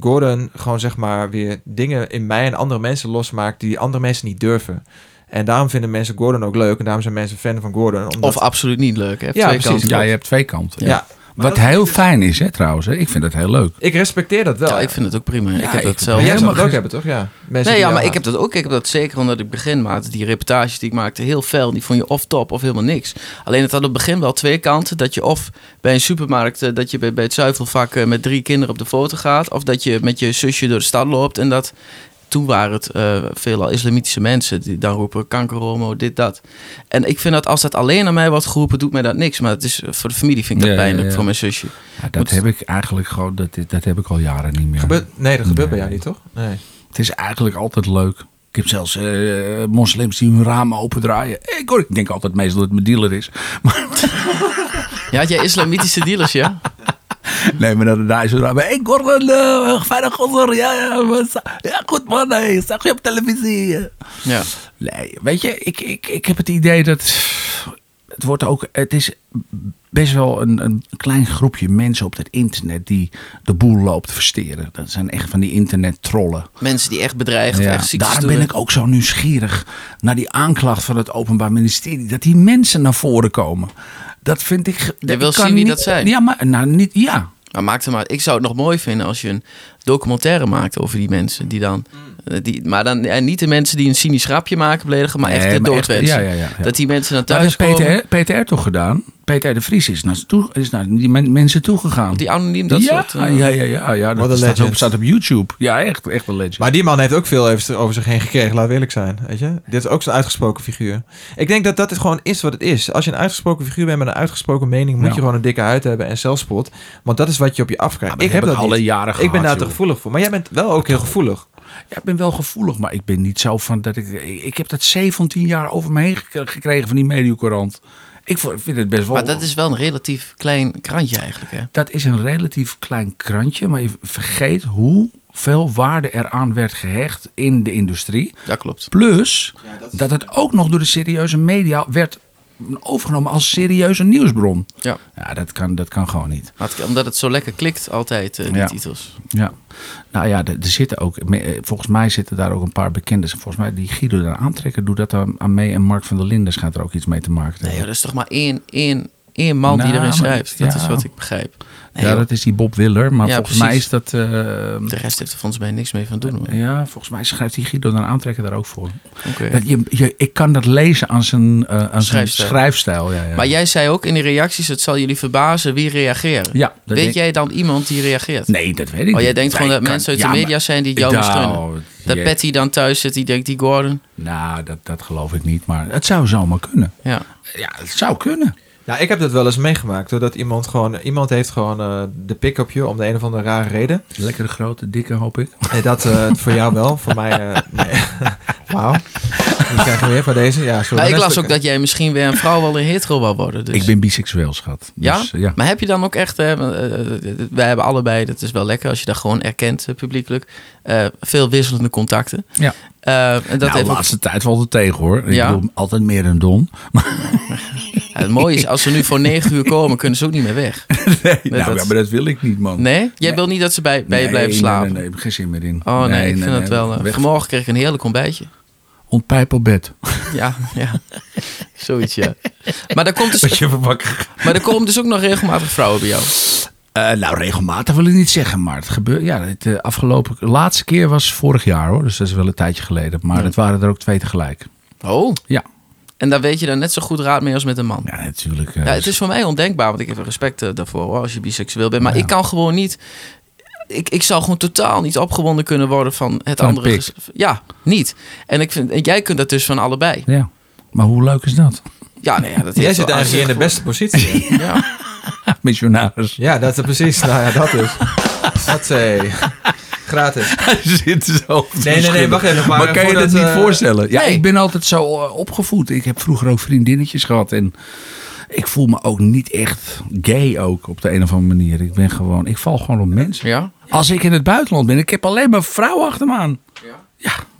Speaker 1: Gordon gewoon zeg maar weer dingen in mij en andere mensen losmaakt die andere mensen niet durven. En daarom vinden mensen Gordon ook leuk. En daarom zijn mensen fan van Gordon. Omdat,
Speaker 3: Of absoluut niet leuk. Hè?
Speaker 1: Ja,
Speaker 3: Twee
Speaker 1: precies.
Speaker 3: kanten.
Speaker 2: Ja, je hebt twee kanten.
Speaker 1: ja. Maar
Speaker 2: Wat
Speaker 1: dat-
Speaker 2: heel fijn is, hè, trouwens. Hè. Ik vind dat heel leuk.
Speaker 1: Ik respecteer dat wel.
Speaker 3: Ja, ik vind het ook prima. ik
Speaker 2: ik-
Speaker 3: heb dat
Speaker 1: Maar
Speaker 3: zelf.
Speaker 1: jij zou het
Speaker 2: Helemaal
Speaker 1: ook hebben, toch? Ja. Mensen
Speaker 3: Nee,
Speaker 1: die
Speaker 3: ja,
Speaker 1: jou
Speaker 3: maar ik heb
Speaker 1: haten.
Speaker 3: dat ook. Ik heb dat zeker omdat ik begin maakte. Die reportages die ik maakte, heel fel. Die vond je of top of helemaal niks. Alleen het had op het begin wel twee kanten. Dat je of bij een supermarkt, eh, dat je bij, bij het zuivelvak eh, met drie kinderen op de foto gaat. Of dat je met je zusje door de stad loopt. En dat toen waren het eh, veelal islamitische mensen die dan roepen kankerhomo, dit, dat. En ik vind dat als dat alleen aan mij wordt geroepen, doet mij dat niks. Maar het is, eh, voor de familie vind ik dat
Speaker 2: Ja, ja,
Speaker 3: pijnlijk,
Speaker 2: ja.
Speaker 3: voor mijn zusje.
Speaker 2: Ja, dat heb ik eigenlijk gewoon, dat, dat heb ik al jaren niet meer.
Speaker 1: Gebeurt- nee, dat gebeurt bij
Speaker 2: Nee.
Speaker 1: jou niet, toch? Nee.
Speaker 2: Het is eigenlijk altijd leuk. Ik heb zelfs eh, moslims die hun ramen opendraaien. Ik, hoor, ik denk altijd meestal dat het mijn dealer is. <laughs> Maar,
Speaker 3: Ja, had jij islamitische dealers,
Speaker 2: <laughs>
Speaker 3: ja?
Speaker 2: nee, maar dan daar is het raam. Ik hoor een eh, veilig gozor. Ja, ja, maar- ja, goed man. Hey, zag je op televisie.
Speaker 3: Ja.
Speaker 2: Nee, weet je, ik, ik, ik heb het idee dat het wordt ook. Het is best wel een, een klein groepje mensen op het internet die de boel loopt te versteren. Dat zijn echt van die internettrollen.
Speaker 3: Mensen die echt bedreigd, echt ziektes
Speaker 2: Daarom
Speaker 3: doen.
Speaker 2: ben ik ook zo nieuwsgierig naar die aanklacht van het Openbaar Ministerie. Dat die mensen naar voren komen. Dat vind ik. Je
Speaker 3: wil zien wie dat zijn.
Speaker 2: Ja, maar nou, niet. Ja.
Speaker 3: Maar maakt het maar. Ik zou het nog mooi vinden als je een documentaire maakt over die mensen die dan. eh, Die, maar dan en niet de mensen die een cynisch grapje maken beledigen, maar echt
Speaker 2: Nee,
Speaker 3: de
Speaker 2: maar echt-
Speaker 3: doodwensen.
Speaker 2: ja, ja, ja, ja.
Speaker 3: Dat die mensen naar
Speaker 2: Dat
Speaker 3: thuis
Speaker 2: heeft
Speaker 3: komen.
Speaker 2: Peter, Peter R. toch gedaan? Peter R. de Vries is naar, ze toe, is naar die men- mensen toegegaan.
Speaker 3: Die anoniem dat
Speaker 2: ja,
Speaker 3: soort. eh,
Speaker 2: ja, ja, ja, ja.
Speaker 1: What a
Speaker 2: Dat staat op,
Speaker 1: legend.
Speaker 2: staat op YouTube. Ja, echt, echt een legend.
Speaker 1: Maar die man heeft ook veel heeft over zich heen gekregen, laat we eerlijk zijn. Weet je? Dit is ook zo'n uitgesproken figuur. Ik denk dat dat het gewoon is wat het is. Als je een uitgesproken figuur bent met een uitgesproken mening, moet
Speaker 2: Ja.
Speaker 1: je gewoon een dikke huid hebben en zelfspot. Want dat is wat je op je afkrijgt.
Speaker 2: Ja, maar
Speaker 1: ik heb
Speaker 2: heb
Speaker 1: dat
Speaker 2: ik alle
Speaker 1: niet.
Speaker 2: jaren
Speaker 1: Ik ben
Speaker 2: gehad,
Speaker 1: daar te
Speaker 2: joh.
Speaker 1: gevoelig voor. Maar jij bent wel ook heel gevoelig.
Speaker 2: Ja, ik ben wel gevoelig, maar ik ben niet zo van dat ik. Ik heb dat 17 jaar over me heen gek- gekregen van die mediocorant. Ik vo- vind het best wel.
Speaker 3: Maar dat is wel een relatief klein krantje eigenlijk. Hè?
Speaker 2: dat is een relatief klein krantje, maar je vergeet hoeveel waarde eraan werd gehecht in de industrie.
Speaker 3: Dat klopt.
Speaker 2: Plus dat het ook nog door de serieuze media werd overgenomen als serieuze nieuwsbron.
Speaker 3: Ja.
Speaker 2: Ja, dat kan, dat kan gewoon niet.
Speaker 3: Maar het- omdat het zo lekker klikt altijd, eh, die
Speaker 2: Ja.
Speaker 3: titels.
Speaker 2: Ja, nou ja, er, er zitten ook, me- eh, volgens mij zitten daar ook een paar bekenden. Volgens mij die Guido daar aantrekken, doet dat aan, aan mee. En Mark van der Linden schijnt er ook iets mee te maken te
Speaker 3: Nee, joh,
Speaker 2: hebben.
Speaker 3: dat is toch maar één, één, één man
Speaker 2: Nou,
Speaker 3: die erin
Speaker 2: maar-
Speaker 3: schrijft. Dat
Speaker 2: ja.
Speaker 3: is wat ik begrijp. Nee,
Speaker 2: ja,
Speaker 3: joh,
Speaker 2: dat is die Bob Willer, maar
Speaker 3: Ja,
Speaker 2: volgens mij is
Speaker 3: precies.
Speaker 2: dat... eh,
Speaker 3: De rest heeft er volgens mij niks mee van doen. Hoor.
Speaker 2: ja, volgens mij schrijft die Guido daar aantrekken daar ook voor.
Speaker 3: Oké.
Speaker 2: Dat je, je, ik kan dat lezen aan zijn, eh, aan zijn
Speaker 3: Schrijfstijl.
Speaker 2: schrijfstijl. Ja, ja.
Speaker 3: Maar jij zei ook in de reacties, het zal jullie verbazen wie reageert.
Speaker 2: Ja, dat
Speaker 3: Weet
Speaker 2: denk-
Speaker 3: jij dan iemand die reageert?
Speaker 2: Nee, dat weet ik
Speaker 3: Oh, jij
Speaker 2: niet.
Speaker 3: denkt gewoon
Speaker 2: Nee,
Speaker 3: dat
Speaker 2: kan-
Speaker 3: mensen uit
Speaker 2: ja,
Speaker 3: de
Speaker 2: maar-
Speaker 3: media zijn die jou
Speaker 2: Nou,
Speaker 3: steunen. Dat
Speaker 2: je-
Speaker 3: Patty dan thuis zit, die denkt die Gordon.
Speaker 2: Nou, dat, dat geloof ik niet, maar het zou zomaar kunnen.
Speaker 3: Ja.
Speaker 2: Ja, het zou kunnen.
Speaker 1: Nou, ik heb dat wel eens meegemaakt. Hoor, dat iemand gewoon, iemand heeft gewoon eh, de pik op je om de een of andere rare reden.
Speaker 2: Lekkere grote, dikke, hoop ik.
Speaker 1: Nee, dat eh, voor jou wel. Voor mij, eh, nee. Wauw. Die krijgen we weer van deze. Ja, sorry.
Speaker 3: Maar Nou, ik las
Speaker 1: Rest-
Speaker 3: ook dat jij misschien weer een vrouw wel een hetero wil worden. Dus.
Speaker 2: Ik ben biseksueel, schat.
Speaker 3: ja?
Speaker 2: Dus, eh, ja.
Speaker 3: maar heb je dan ook echt, hè, want, eh, eh, wij hebben allebei, dat is wel lekker als je dat gewoon erkent eh, publiekelijk, eh, veel wisselende contacten.
Speaker 2: ja.
Speaker 3: Eh, en dat
Speaker 2: nou,
Speaker 3: heeft
Speaker 2: de
Speaker 3: ook-
Speaker 2: laatste tijd valt het tegen hoor. Ik
Speaker 3: Ja.
Speaker 2: bedoel, altijd meer een <laughs> don.
Speaker 3: Ja, het mooie is, als ze nu voor negen uur komen, kunnen ze ook niet meer weg.
Speaker 2: Nee, nou,
Speaker 3: dat-
Speaker 2: ja, maar dat wil ik niet, man.
Speaker 3: Nee? Jij wil niet dat ze bij, bij je
Speaker 2: Nee,
Speaker 3: blijven slapen?
Speaker 2: Nee, nee, nee, geen zin meer in.
Speaker 3: Oh nee, ik vind dat
Speaker 2: nee,
Speaker 3: wel... eh,
Speaker 2: weg.
Speaker 3: vanmorgen kreeg ik een heerlijk ontbijtje.
Speaker 2: Ontpijp op bed.
Speaker 3: Ja, ja. Zoiets, ja. Maar er, komt dus,
Speaker 2: je verbakken.
Speaker 3: maar er komen dus ook nog regelmatig vrouwen bij jou.
Speaker 2: nou, regelmatig wil ik niet zeggen, maar het gebeurt. Ja, het eh, afgelopen. De laatste keer was vorig jaar hoor, dus dat is wel een tijdje geleden. Maar het waren er ook twee tegelijk.
Speaker 3: Oh.
Speaker 2: Ja,
Speaker 3: En daar weet je dan net zo goed raad mee als met een man.
Speaker 2: ja natuurlijk. eh,
Speaker 3: Ja, het is voor mij ondenkbaar, want ik heb respect eh, daarvoor hoor, als je biseksueel bent. Maar ik kan gewoon niet... Ik, ik zou gewoon totaal niet opgewonden kunnen worden van het
Speaker 2: Van een
Speaker 3: andere...
Speaker 2: pik.
Speaker 3: ges- Ja, niet. En, ik vind, en jij kunt dat dus van allebei.
Speaker 2: Ja, maar hoe leuk is dat? <laughs>
Speaker 3: Ja, nee, ja, dat
Speaker 1: Jij
Speaker 3: heeft
Speaker 1: zit
Speaker 3: wel
Speaker 1: eigenlijk in de beste positie.
Speaker 3: uitzicht. Ja.
Speaker 2: Missionaris.
Speaker 1: <laughs> Ja, dat is precies. Nou ja, dat is. Dat zei. Gratis.
Speaker 2: <laughs> Hij zit zo. te
Speaker 1: nee, nee, wacht even, maar
Speaker 2: kan je dat
Speaker 1: voordat,
Speaker 2: niet
Speaker 1: eh,
Speaker 2: voorstellen? Ja,
Speaker 3: nee.
Speaker 2: ik ben altijd zo eh, opgevoed. Ik heb vroeger ook vriendinnetjes gehad. En ik voel me ook niet echt gay ook op de een of andere manier. Ik ben gewoon, ik val gewoon op mensen.
Speaker 3: Ja?
Speaker 2: Als ik in het buitenland ben, ik heb alleen maar vrouwen achter me aan.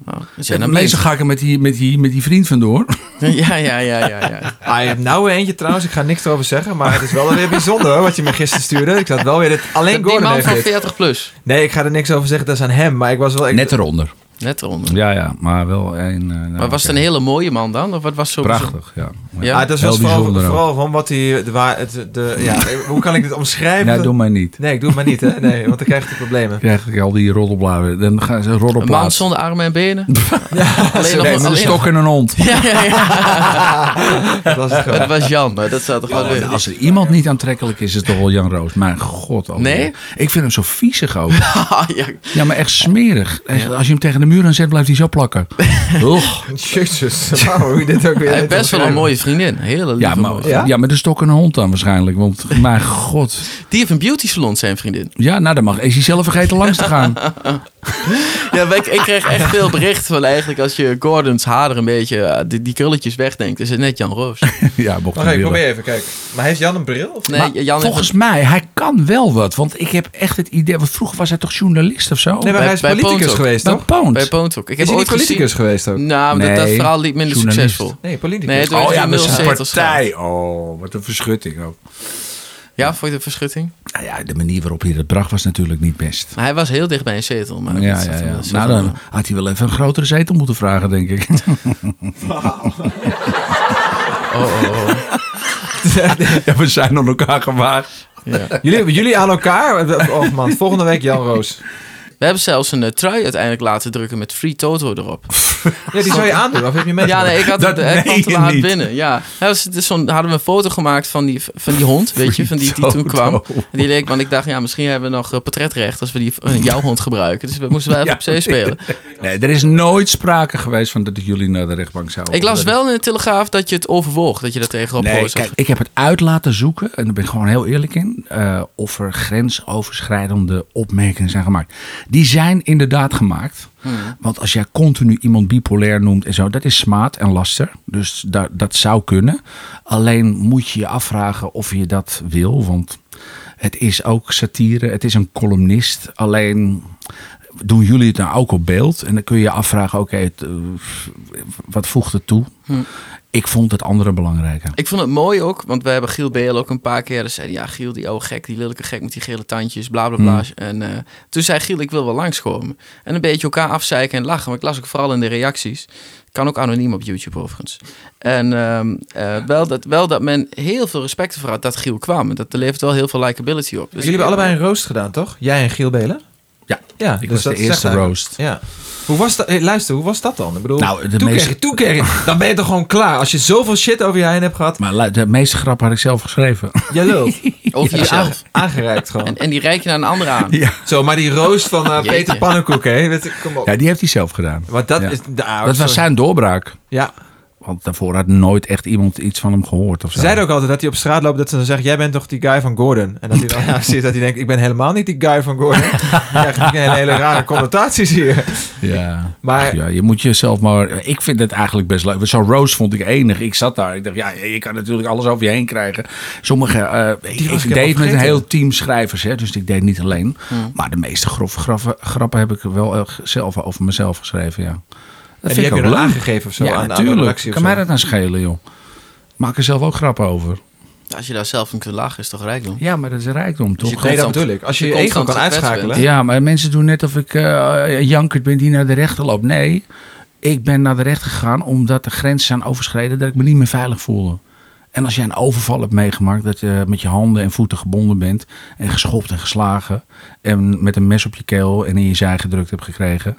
Speaker 3: Nou, we zijn
Speaker 2: En
Speaker 3: dan
Speaker 2: meestal ga ik er met die, met, die, met die vriend vandoor.
Speaker 3: Ja, ja, ja, ja, ja.
Speaker 1: Ah, je hebt nou eentje trouwens, ik ga niks erover zeggen, maar het is wel weer bijzonder hoor, wat je me gisteren stuurde. Ik zat wel weer dit, alleen
Speaker 3: Die
Speaker 1: Gordon
Speaker 3: man
Speaker 1: heeft
Speaker 3: van
Speaker 1: dit.
Speaker 3: 40 plus.
Speaker 1: Nee, ik ga er niks over zeggen, dat is aan hem, maar ik was wel... Ik,
Speaker 2: Net eronder.
Speaker 3: <laughs> Net eronder.
Speaker 2: Ja, ja, maar wel een. eh, nou,
Speaker 3: Maar was het
Speaker 2: oké.
Speaker 3: een hele mooie man dan? Of wat was zo
Speaker 2: Prachtig, ja.
Speaker 3: Ja.
Speaker 1: Ah, dat
Speaker 2: Heel
Speaker 1: was vooral,
Speaker 2: bijzonder ook.
Speaker 1: vooral van wat hij... De, waar- het- de, ja, hoe kan ik dit omschrijven?
Speaker 2: Nou, doe maar niet.
Speaker 1: Nee, ik doe het maar niet, hè? Nee, want dan krijg je problemen.
Speaker 2: Krijg ik al die roddelbladen. Dan gaan ze
Speaker 3: Een man
Speaker 2: roddelbladen.
Speaker 3: zonder armen en
Speaker 2: <laughs>
Speaker 3: benen? alleen nog
Speaker 2: Nee,
Speaker 3: maar-
Speaker 2: met een
Speaker 3: alleen nog-
Speaker 2: stok en een hond.
Speaker 3: <laughs> Ja, ja, ja.
Speaker 1: <laughs> Dat was het gewoon.
Speaker 3: Dat was Jan, maar dat staat toch wel
Speaker 2: Nou,
Speaker 3: weer.
Speaker 2: als er iemand niet aantrekkelijk is, is het toch wel Jan Roos. Mijn god. oh.
Speaker 3: Nee?
Speaker 2: Ik vind hem zo viezig
Speaker 3: <laughs>
Speaker 2: ook.
Speaker 3: <laughs> Ja,
Speaker 2: Ja, maar echt smerig. Echt, Als je hem tegen de muur aan zet, blijft hij zo
Speaker 3: <laughs>
Speaker 2: plakken. Ugh.
Speaker 1: Jezus, wauw, hoe je dit ook weer...
Speaker 3: Hij heeft
Speaker 1: weet
Speaker 3: best wel een
Speaker 1: omschrijven.
Speaker 3: mooie vriendin. Een Hele lieve
Speaker 2: Ja, maar,
Speaker 3: mooie.
Speaker 1: Ja?
Speaker 2: ja, met een stok en een hond dan waarschijnlijk. Want, mijn god.
Speaker 3: Die heeft een beauty salon, zijn vriendin. <laughs>
Speaker 2: Ja, nou, dan mag, is hij zelf vergeten langs te gaan.
Speaker 3: Ja, maar ik, ik kreeg echt veel berichten van eigenlijk als je Gordons haar er een beetje, eh, die, die krulletjes wegdenkt, is het net Jan
Speaker 2: <laughs>
Speaker 3: Roos.
Speaker 2: ja, mocht
Speaker 1: Wacht even,
Speaker 2: hij willen.
Speaker 1: probeer even, kijk. Maar heeft Jan een bril? Of
Speaker 3: Nee,
Speaker 2: Maar
Speaker 3: Jan
Speaker 2: volgens mij, hij kan wel wat. Want ik heb echt het idee... Want vroeger was hij toch journalist of zo?
Speaker 1: Nee, maar
Speaker 3: bij-
Speaker 1: hij is
Speaker 3: bij
Speaker 1: politicus
Speaker 3: Poont ook.
Speaker 1: geweest,
Speaker 2: Bij
Speaker 1: toch?
Speaker 2: Poont.
Speaker 3: bij Poontok. Ik heb
Speaker 1: Is hij niet
Speaker 3: ooit
Speaker 1: politicus geweest ook?
Speaker 3: gezien. Nou,
Speaker 2: Nee,
Speaker 3: dat, dat verhaal liep minder
Speaker 2: journalist.
Speaker 3: succesvol.
Speaker 1: Nee, politicus.
Speaker 3: Nee, toen
Speaker 2: Oh ja,
Speaker 3: hij
Speaker 2: met
Speaker 3: nul
Speaker 2: zijn
Speaker 3: zetels
Speaker 2: partij. Oh, wat een verschutting ook.
Speaker 3: Ja, vond je de verschutting?
Speaker 2: Nou ja, de manier waarop hij dat bracht was natuurlijk niet best.
Speaker 3: Maar hij was heel dicht bij een zetel. Maar
Speaker 2: Ja,
Speaker 3: dat
Speaker 2: ja,
Speaker 3: zat hem
Speaker 2: ja.
Speaker 3: wel zo
Speaker 2: Nou,
Speaker 3: van,
Speaker 2: dan had hij wel even een grotere zetel moeten vragen, denk ik. <laughs>
Speaker 3: Oh, oh, oh.
Speaker 2: ja, we zijn aan elkaar gewaagd.
Speaker 3: Ja.
Speaker 1: Oh, Jullie, jullie aan elkaar? Oh man, volgende week Jan Roos.
Speaker 3: We hebben zelfs een eh, trui uiteindelijk laten drukken met Free Toto
Speaker 2: <laughs>
Speaker 3: erop.
Speaker 1: Ja, die zou je aandoen. Of heb je
Speaker 3: Ja,
Speaker 1: meegenomen?
Speaker 3: nee, ik had
Speaker 2: Dat
Speaker 3: het
Speaker 2: meen
Speaker 3: eh, kwam te
Speaker 2: je
Speaker 3: laat
Speaker 2: niet.
Speaker 3: binnen. Ja. Ja, dus het is zo'n- hadden we een foto gemaakt van die, van die hond, weet je, van die die toen
Speaker 2: Toto.
Speaker 3: kwam. En die leek, want ik dacht, ja, misschien hebben we nog eh, portretrecht als we die,
Speaker 2: <laughs>
Speaker 3: eh, jouw hond gebruiken. Dus we moesten wel even
Speaker 2: Ja.
Speaker 3: op zee spelen.
Speaker 2: <laughs> Nee, er is nooit sprake geweest van dat ik jullie naar de rechtbank zou.
Speaker 3: Ik las wel in de Telegraaf dat je het overwoog, dat je daar tegenop
Speaker 2: Nee,
Speaker 3: hoort.
Speaker 2: kijk, ik heb het uit laten zoeken, en daar ben ik gewoon heel eerlijk in, eh, of er grensoverschrijdende opmerkingen zijn gemaakt. Die zijn inderdaad gemaakt. Want als jij continu iemand bipolair noemt en zo, dat is smaad en laster. Dus da dat zou kunnen. Alleen moet je je afvragen of je dat wil, want het is ook satire, het is een columnist. Alleen doen jullie het nou ook op beeld? En dan kun je je afvragen, oké, het, eh, wat voegt het toe? Ik vond het andere belangrijker.
Speaker 3: Ik vond het mooi ook, want we hebben Giel Beel ook een paar keer. Dus zeiden ja, Giel, die oude gek, die lelijke gek met die gele tandjes, bla bla bla.
Speaker 1: Mm.
Speaker 3: En eh, toen zei Giel, ik wil wel langskomen. En een beetje elkaar afzeiken en lachen. Maar ik las ook vooral in de reacties. Kan ook anoniem op YouTube overigens. En ehm, eh, wel, dat, wel dat men heel veel respect ervoor had dat Giel kwam. En dat levert wel heel veel likability op. Dus
Speaker 1: Jullie hebben allebei een roost gedaan, toch? Jij en Giel Belen?
Speaker 2: Ja,
Speaker 1: Ja, dus
Speaker 2: ik was de
Speaker 1: dat zegt
Speaker 2: eerste
Speaker 1: eigenlijk-
Speaker 2: roast.
Speaker 1: Ja. Hoe was dat? Hey, luister, hoe was dat dan? Ik bedoel,
Speaker 2: Nou, de
Speaker 1: toen,
Speaker 2: meeste-
Speaker 1: kreeg je, toen kreeg je- Dan ben je toch gewoon klaar? Als je zoveel shit over je heen hebt gehad,
Speaker 2: Maar lu- de meeste grap had ik
Speaker 1: <laughs>
Speaker 2: zelf geschreven.
Speaker 1: jij lult.
Speaker 3: over
Speaker 1: Je
Speaker 3: jezelf.
Speaker 1: aange- aangereikt gewoon.
Speaker 3: En, en die reik je naar een ander aan.
Speaker 2: Ja.
Speaker 1: Zo, maar die roost van
Speaker 2: <laughs>
Speaker 1: eh,
Speaker 3: Jeetje.
Speaker 1: Peter Pannenkoek, hè? Weet je, kom op.
Speaker 2: Ja, die heeft hij zelf gedaan.
Speaker 1: maar dat
Speaker 2: Ja.
Speaker 1: is... nou,
Speaker 2: dat was
Speaker 1: sorry.
Speaker 2: zijn doorbraak.
Speaker 1: Ja.
Speaker 2: Want daarvoor had nooit echt iemand iets van hem gehoord of
Speaker 1: Ze
Speaker 2: zo.
Speaker 1: zeiden ook altijd dat hij op straat loopt, dat ze dan zeggen, jij bent toch die guy van Gordon? En dat hij
Speaker 2: <laughs>
Speaker 1: <laughs> dan ja, zit, dat hij denkt, ik ben helemaal niet die guy van Gordon. Ja, eigenlijk een hele rare connotaties hier.
Speaker 2: Ja.
Speaker 1: Maar
Speaker 2: ja, je moet jezelf maar... Ik vind het eigenlijk best leuk. Zo'n roast vond ik enig. Ik zat daar. Ik dacht, ja, je kan natuurlijk alles over je heen krijgen. Sommige... eh, ik
Speaker 1: was
Speaker 2: ik
Speaker 1: ik helemaal
Speaker 2: deed met een
Speaker 1: vergeten. Hm.
Speaker 2: heel team schrijvers, hè, dus ik deed niet alleen. Maar de meeste grof, grappen, grappen heb ik wel eh, zelf over mezelf geschreven, ja. Dat
Speaker 1: en
Speaker 2: vind
Speaker 1: die
Speaker 2: ik
Speaker 1: heb je
Speaker 2: ook
Speaker 1: dan
Speaker 2: leuk.
Speaker 1: aangegeven of zo
Speaker 2: ja,
Speaker 1: aan, aan de
Speaker 2: natuurlijk.
Speaker 1: redactie of
Speaker 2: kan
Speaker 1: zo.
Speaker 2: mij dat nou schelen, joh. Maak er zelf ook grappen over.
Speaker 3: Als je daar zelf om kunt lachen, is toch rijkdom?
Speaker 2: Ja, maar dat is rijkdom,
Speaker 3: Dus je
Speaker 2: toch?
Speaker 1: Nee, dat
Speaker 3: constant-
Speaker 1: bedoel ik. Als je
Speaker 3: je
Speaker 1: je ego
Speaker 3: constant
Speaker 1: kan
Speaker 3: gekwetst
Speaker 1: uitschakelen.
Speaker 3: bent.
Speaker 2: Ja, maar mensen doen net of ik eh jankert ben die naar de rechter loopt. Nee, ik ben naar de rechter gegaan omdat de grenzen zijn overschreden dat ik me niet meer veilig voelde. En als jij een overval hebt meegemaakt, dat je met je handen en voeten gebonden bent en geschopt en geslagen en met een mes op je keel en in je zij gedrukt hebt gekregen,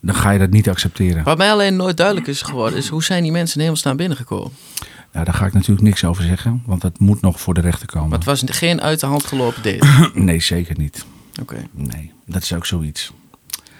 Speaker 2: dan ga je dat niet accepteren.
Speaker 3: Wat mij alleen nooit duidelijk is geworden, is hoe zijn die mensen in hemelsnaam binnengekomen?
Speaker 2: Nou, daar ga ik natuurlijk niks over zeggen, want dat moet nog voor de rechter komen.
Speaker 3: Maar het was geen uit de hand
Speaker 2: <laughs>
Speaker 3: gelopen date.
Speaker 2: Nee, zeker niet.
Speaker 3: Oké.
Speaker 2: Nee, dat is ook zoiets.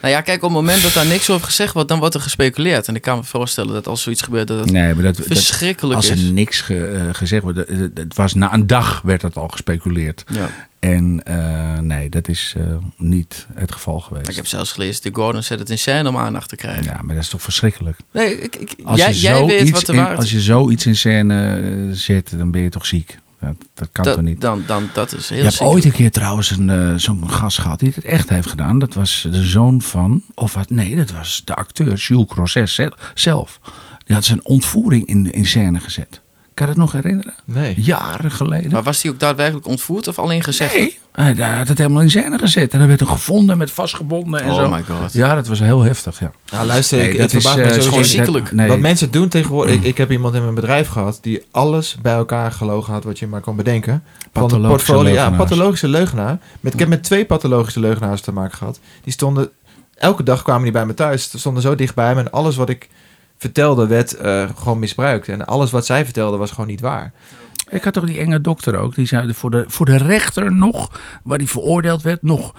Speaker 3: Nou ja, kijk, op het moment dat daar niks over gezegd wordt, dan wordt er gespeculeerd. En ik kan me voorstellen dat als zoiets gebeurt, dat het
Speaker 2: Nee, maar dat, dat,
Speaker 3: verschrikkelijk
Speaker 2: als er
Speaker 3: is.
Speaker 2: niks ge- eh, gezegd wordt, eh, het- het was na een dag werd dat al gespeculeerd.
Speaker 3: Ja.
Speaker 2: En eh, nee, dat is eh, niet het geval geweest.
Speaker 3: Ik heb zelfs gelezen, de Gordon zet het in scène om aandacht te krijgen.
Speaker 2: Ja, maar dat is toch verschrikkelijk.
Speaker 3: Nee, ik, ik-
Speaker 2: Als,
Speaker 3: jij,
Speaker 2: je
Speaker 3: jij
Speaker 2: zoiets
Speaker 3: weet wat er
Speaker 2: in,
Speaker 3: waar
Speaker 2: als je zoiets in scène eh, zet, dan ben je toch ziek. Dat, dat kan toch niet.
Speaker 3: Dan, dan, dat is
Speaker 2: Je
Speaker 3: heel
Speaker 2: hebt
Speaker 3: ziek.
Speaker 2: ooit een keer trouwens een, eh, zo'n gast gehad die het echt heeft gedaan. Dat was de zoon van, of wat, nee, dat was de acteur Jules Crozet ze- zelf. Die had zijn ontvoering in, in scène gezet. Kan je dat nog herinneren?
Speaker 1: Nee.
Speaker 2: Jaren geleden.
Speaker 3: Maar was die ook daadwerkelijk ontvoerd of alleen gezegd?
Speaker 2: Nee, hij hij had het helemaal in scène gezet. En dan werd hem gevonden met vastgebonden en
Speaker 3: Oh
Speaker 2: zo.
Speaker 3: my god.
Speaker 2: Ja, dat was heel heftig, ja.
Speaker 1: Nou, luister, ik, het verbaast
Speaker 2: eh,
Speaker 1: me sowieso
Speaker 3: gewoon
Speaker 1: niet.
Speaker 3: ziekelijk.
Speaker 2: dat- nee. Mm.
Speaker 1: Wat mensen doen tegenwoordig... Ik, ik heb iemand in mijn bedrijf gehad die alles bij elkaar gelogen had wat je maar kon bedenken. Van een
Speaker 2: Pathologische
Speaker 1: portfolio, ja, een
Speaker 2: leugenaars.
Speaker 1: pathologische leugenaar. Met, ik heb met twee pathologische leugenaars te maken gehad. Die stonden... Elke dag kwamen die bij me thuis. Ze stonden zo dicht bij me en alles wat ik vertelde werd eh, gewoon misbruikt. En alles wat zij vertelde was gewoon niet waar.
Speaker 2: Ik had toch die enge dokter ook. Die zei voor de, voor de rechter nog, waar die veroordeeld werd, nog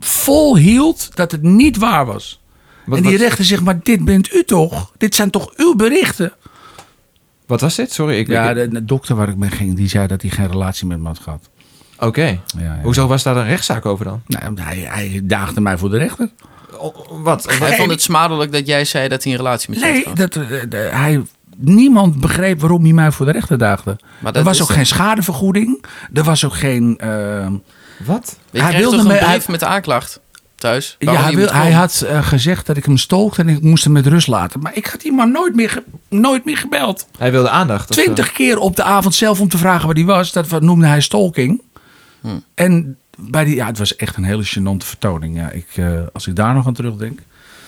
Speaker 2: vol hield dat het niet waar was.
Speaker 1: Wat-
Speaker 2: en die
Speaker 1: wat-
Speaker 2: rechter zegt, maar dit bent u toch? Dit zijn toch uw berichten?
Speaker 1: Wat was dit? Sorry, ik...
Speaker 2: Ja,
Speaker 1: ik-
Speaker 2: de, de dokter waar ik mee ging, die zei dat hij geen relatie met me had gehad.
Speaker 1: Oké.
Speaker 2: Ja, ja.
Speaker 1: Hoezo was daar een rechtszaak over dan?
Speaker 2: Nou, hij, hij daagde mij voor de rechter.
Speaker 1: wat?
Speaker 3: Hij vond het smadelijk dat jij zei dat hij een relatie met je
Speaker 2: Nee,
Speaker 3: had.
Speaker 2: dat, eh, eh, hij, niemand begreep waarom hij mij voor de rechter daagde.
Speaker 3: Maar dat
Speaker 2: er was
Speaker 3: is
Speaker 2: ook
Speaker 3: het.
Speaker 2: geen schadevergoeding. Er was was ook geen... eh,
Speaker 1: Wat?
Speaker 3: Je
Speaker 2: Hij
Speaker 3: hij
Speaker 2: wilde
Speaker 3: wilde toch een
Speaker 2: me- hij-
Speaker 3: brief met de aanklacht thuis?
Speaker 2: ja,
Speaker 3: waarom
Speaker 2: hij,
Speaker 3: moet
Speaker 2: wil, hij
Speaker 3: komen?
Speaker 2: had eh, gezegd dat ik hem stalkte en ik moest hem met rust laten. Maar ik had die man nooit meer, ge- nooit meer gebeld.
Speaker 1: Hij wilde aandacht. of zo?
Speaker 2: Twintig keer op de avond zelf om te vragen waar hij was. Dat wa- noemde hij stalking. Hm. En bij die, ja, het was echt een hele gênante vertoning. Ja, ik, eh, als ik daar nog aan terugdenk.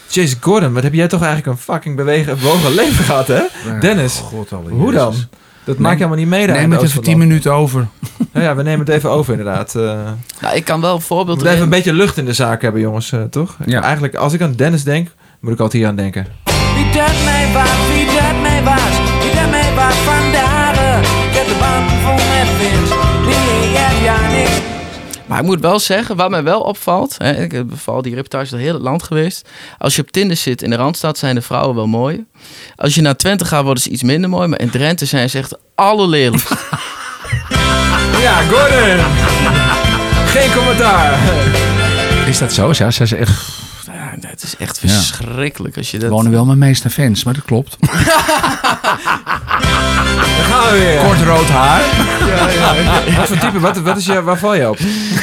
Speaker 1: Jason Gordon, wat heb jij toch eigenlijk een fucking bewegen, bewogen leven gehad, hè? Dennis,
Speaker 2: God, alle
Speaker 1: hoe dan?
Speaker 2: Jezus.
Speaker 1: Dat maakt helemaal niet mee daar in
Speaker 2: Neem het even
Speaker 1: Oosterland.
Speaker 2: tien minuten over.
Speaker 1: Nou ja, we nemen het even over inderdaad. Eh
Speaker 3: Nou, ik kan wel een
Speaker 1: we
Speaker 3: voorbeeld
Speaker 1: moeten even
Speaker 3: erin.
Speaker 1: een beetje lucht in de zaak hebben, jongens, eh, toch? Ik-
Speaker 2: Ja.
Speaker 1: Eigenlijk, als ik aan Dennis denk, moet ik altijd hier aan denken.
Speaker 5: Wie dat mij was, wie dat mij was, wie dat mij was vandaag. Ik heb de band vol met vis, die heb ja niks.
Speaker 3: Maar ik moet wel zeggen, wat mij wel opvalt... Hè, ik heb vooral die reportage door heel het land geweest. Als je op Tinder zit in de Randstad, zijn de vrouwen wel mooi. Als je naar Twente gaat, worden ze iets minder mooi. Maar in Drenthe zijn ze echt
Speaker 2: <laughs>
Speaker 3: allerlelijkst.
Speaker 1: Ja, Gordon! Geen commentaar.
Speaker 2: Is dat zo? Ja, zij is echt
Speaker 3: Ja, het is echt verschrikkelijk als je dat...
Speaker 2: Er wonen wel mijn meeste fans, maar dat klopt.
Speaker 1: Daar gaan we weer.
Speaker 2: Kort rood haar.
Speaker 1: <laughs> Wat voor type, wat, wat is je, waar val je op?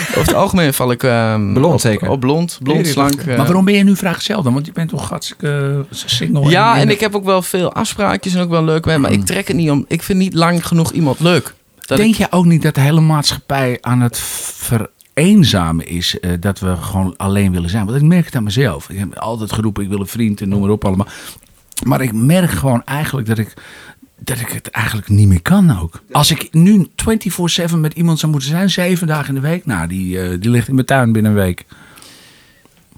Speaker 3: Over het algemeen val ik... ehm,
Speaker 1: Blond
Speaker 3: op,
Speaker 1: zeker.
Speaker 3: Op blond, blond,
Speaker 1: Jullie-
Speaker 3: slank. eh.
Speaker 2: Maar waarom ben je nu vrijgezel dan? Want je bent toch hartstikke eh, single.
Speaker 3: Ja, en ik heb ook wel veel afspraakjes en ook wel leuk. Maar ik trek het niet om. Ik vind niet lang genoeg iemand leuk. Dat
Speaker 2: Mm. Denk je ook niet dat de hele maatschappij aan het vereenzamen is? eh, dat we gewoon alleen willen zijn? Want ik merk het aan mezelf. Ik heb altijd geroepen, ik wil een vriend en noem maar op allemaal. Maar ik merk gewoon eigenlijk dat ik, dat ik het eigenlijk niet meer kan ook. Als ik nu 24-7 met iemand zou moeten zijn, zeven dagen in de week. Nou, die, eh, die ligt in mijn tuin binnen een week.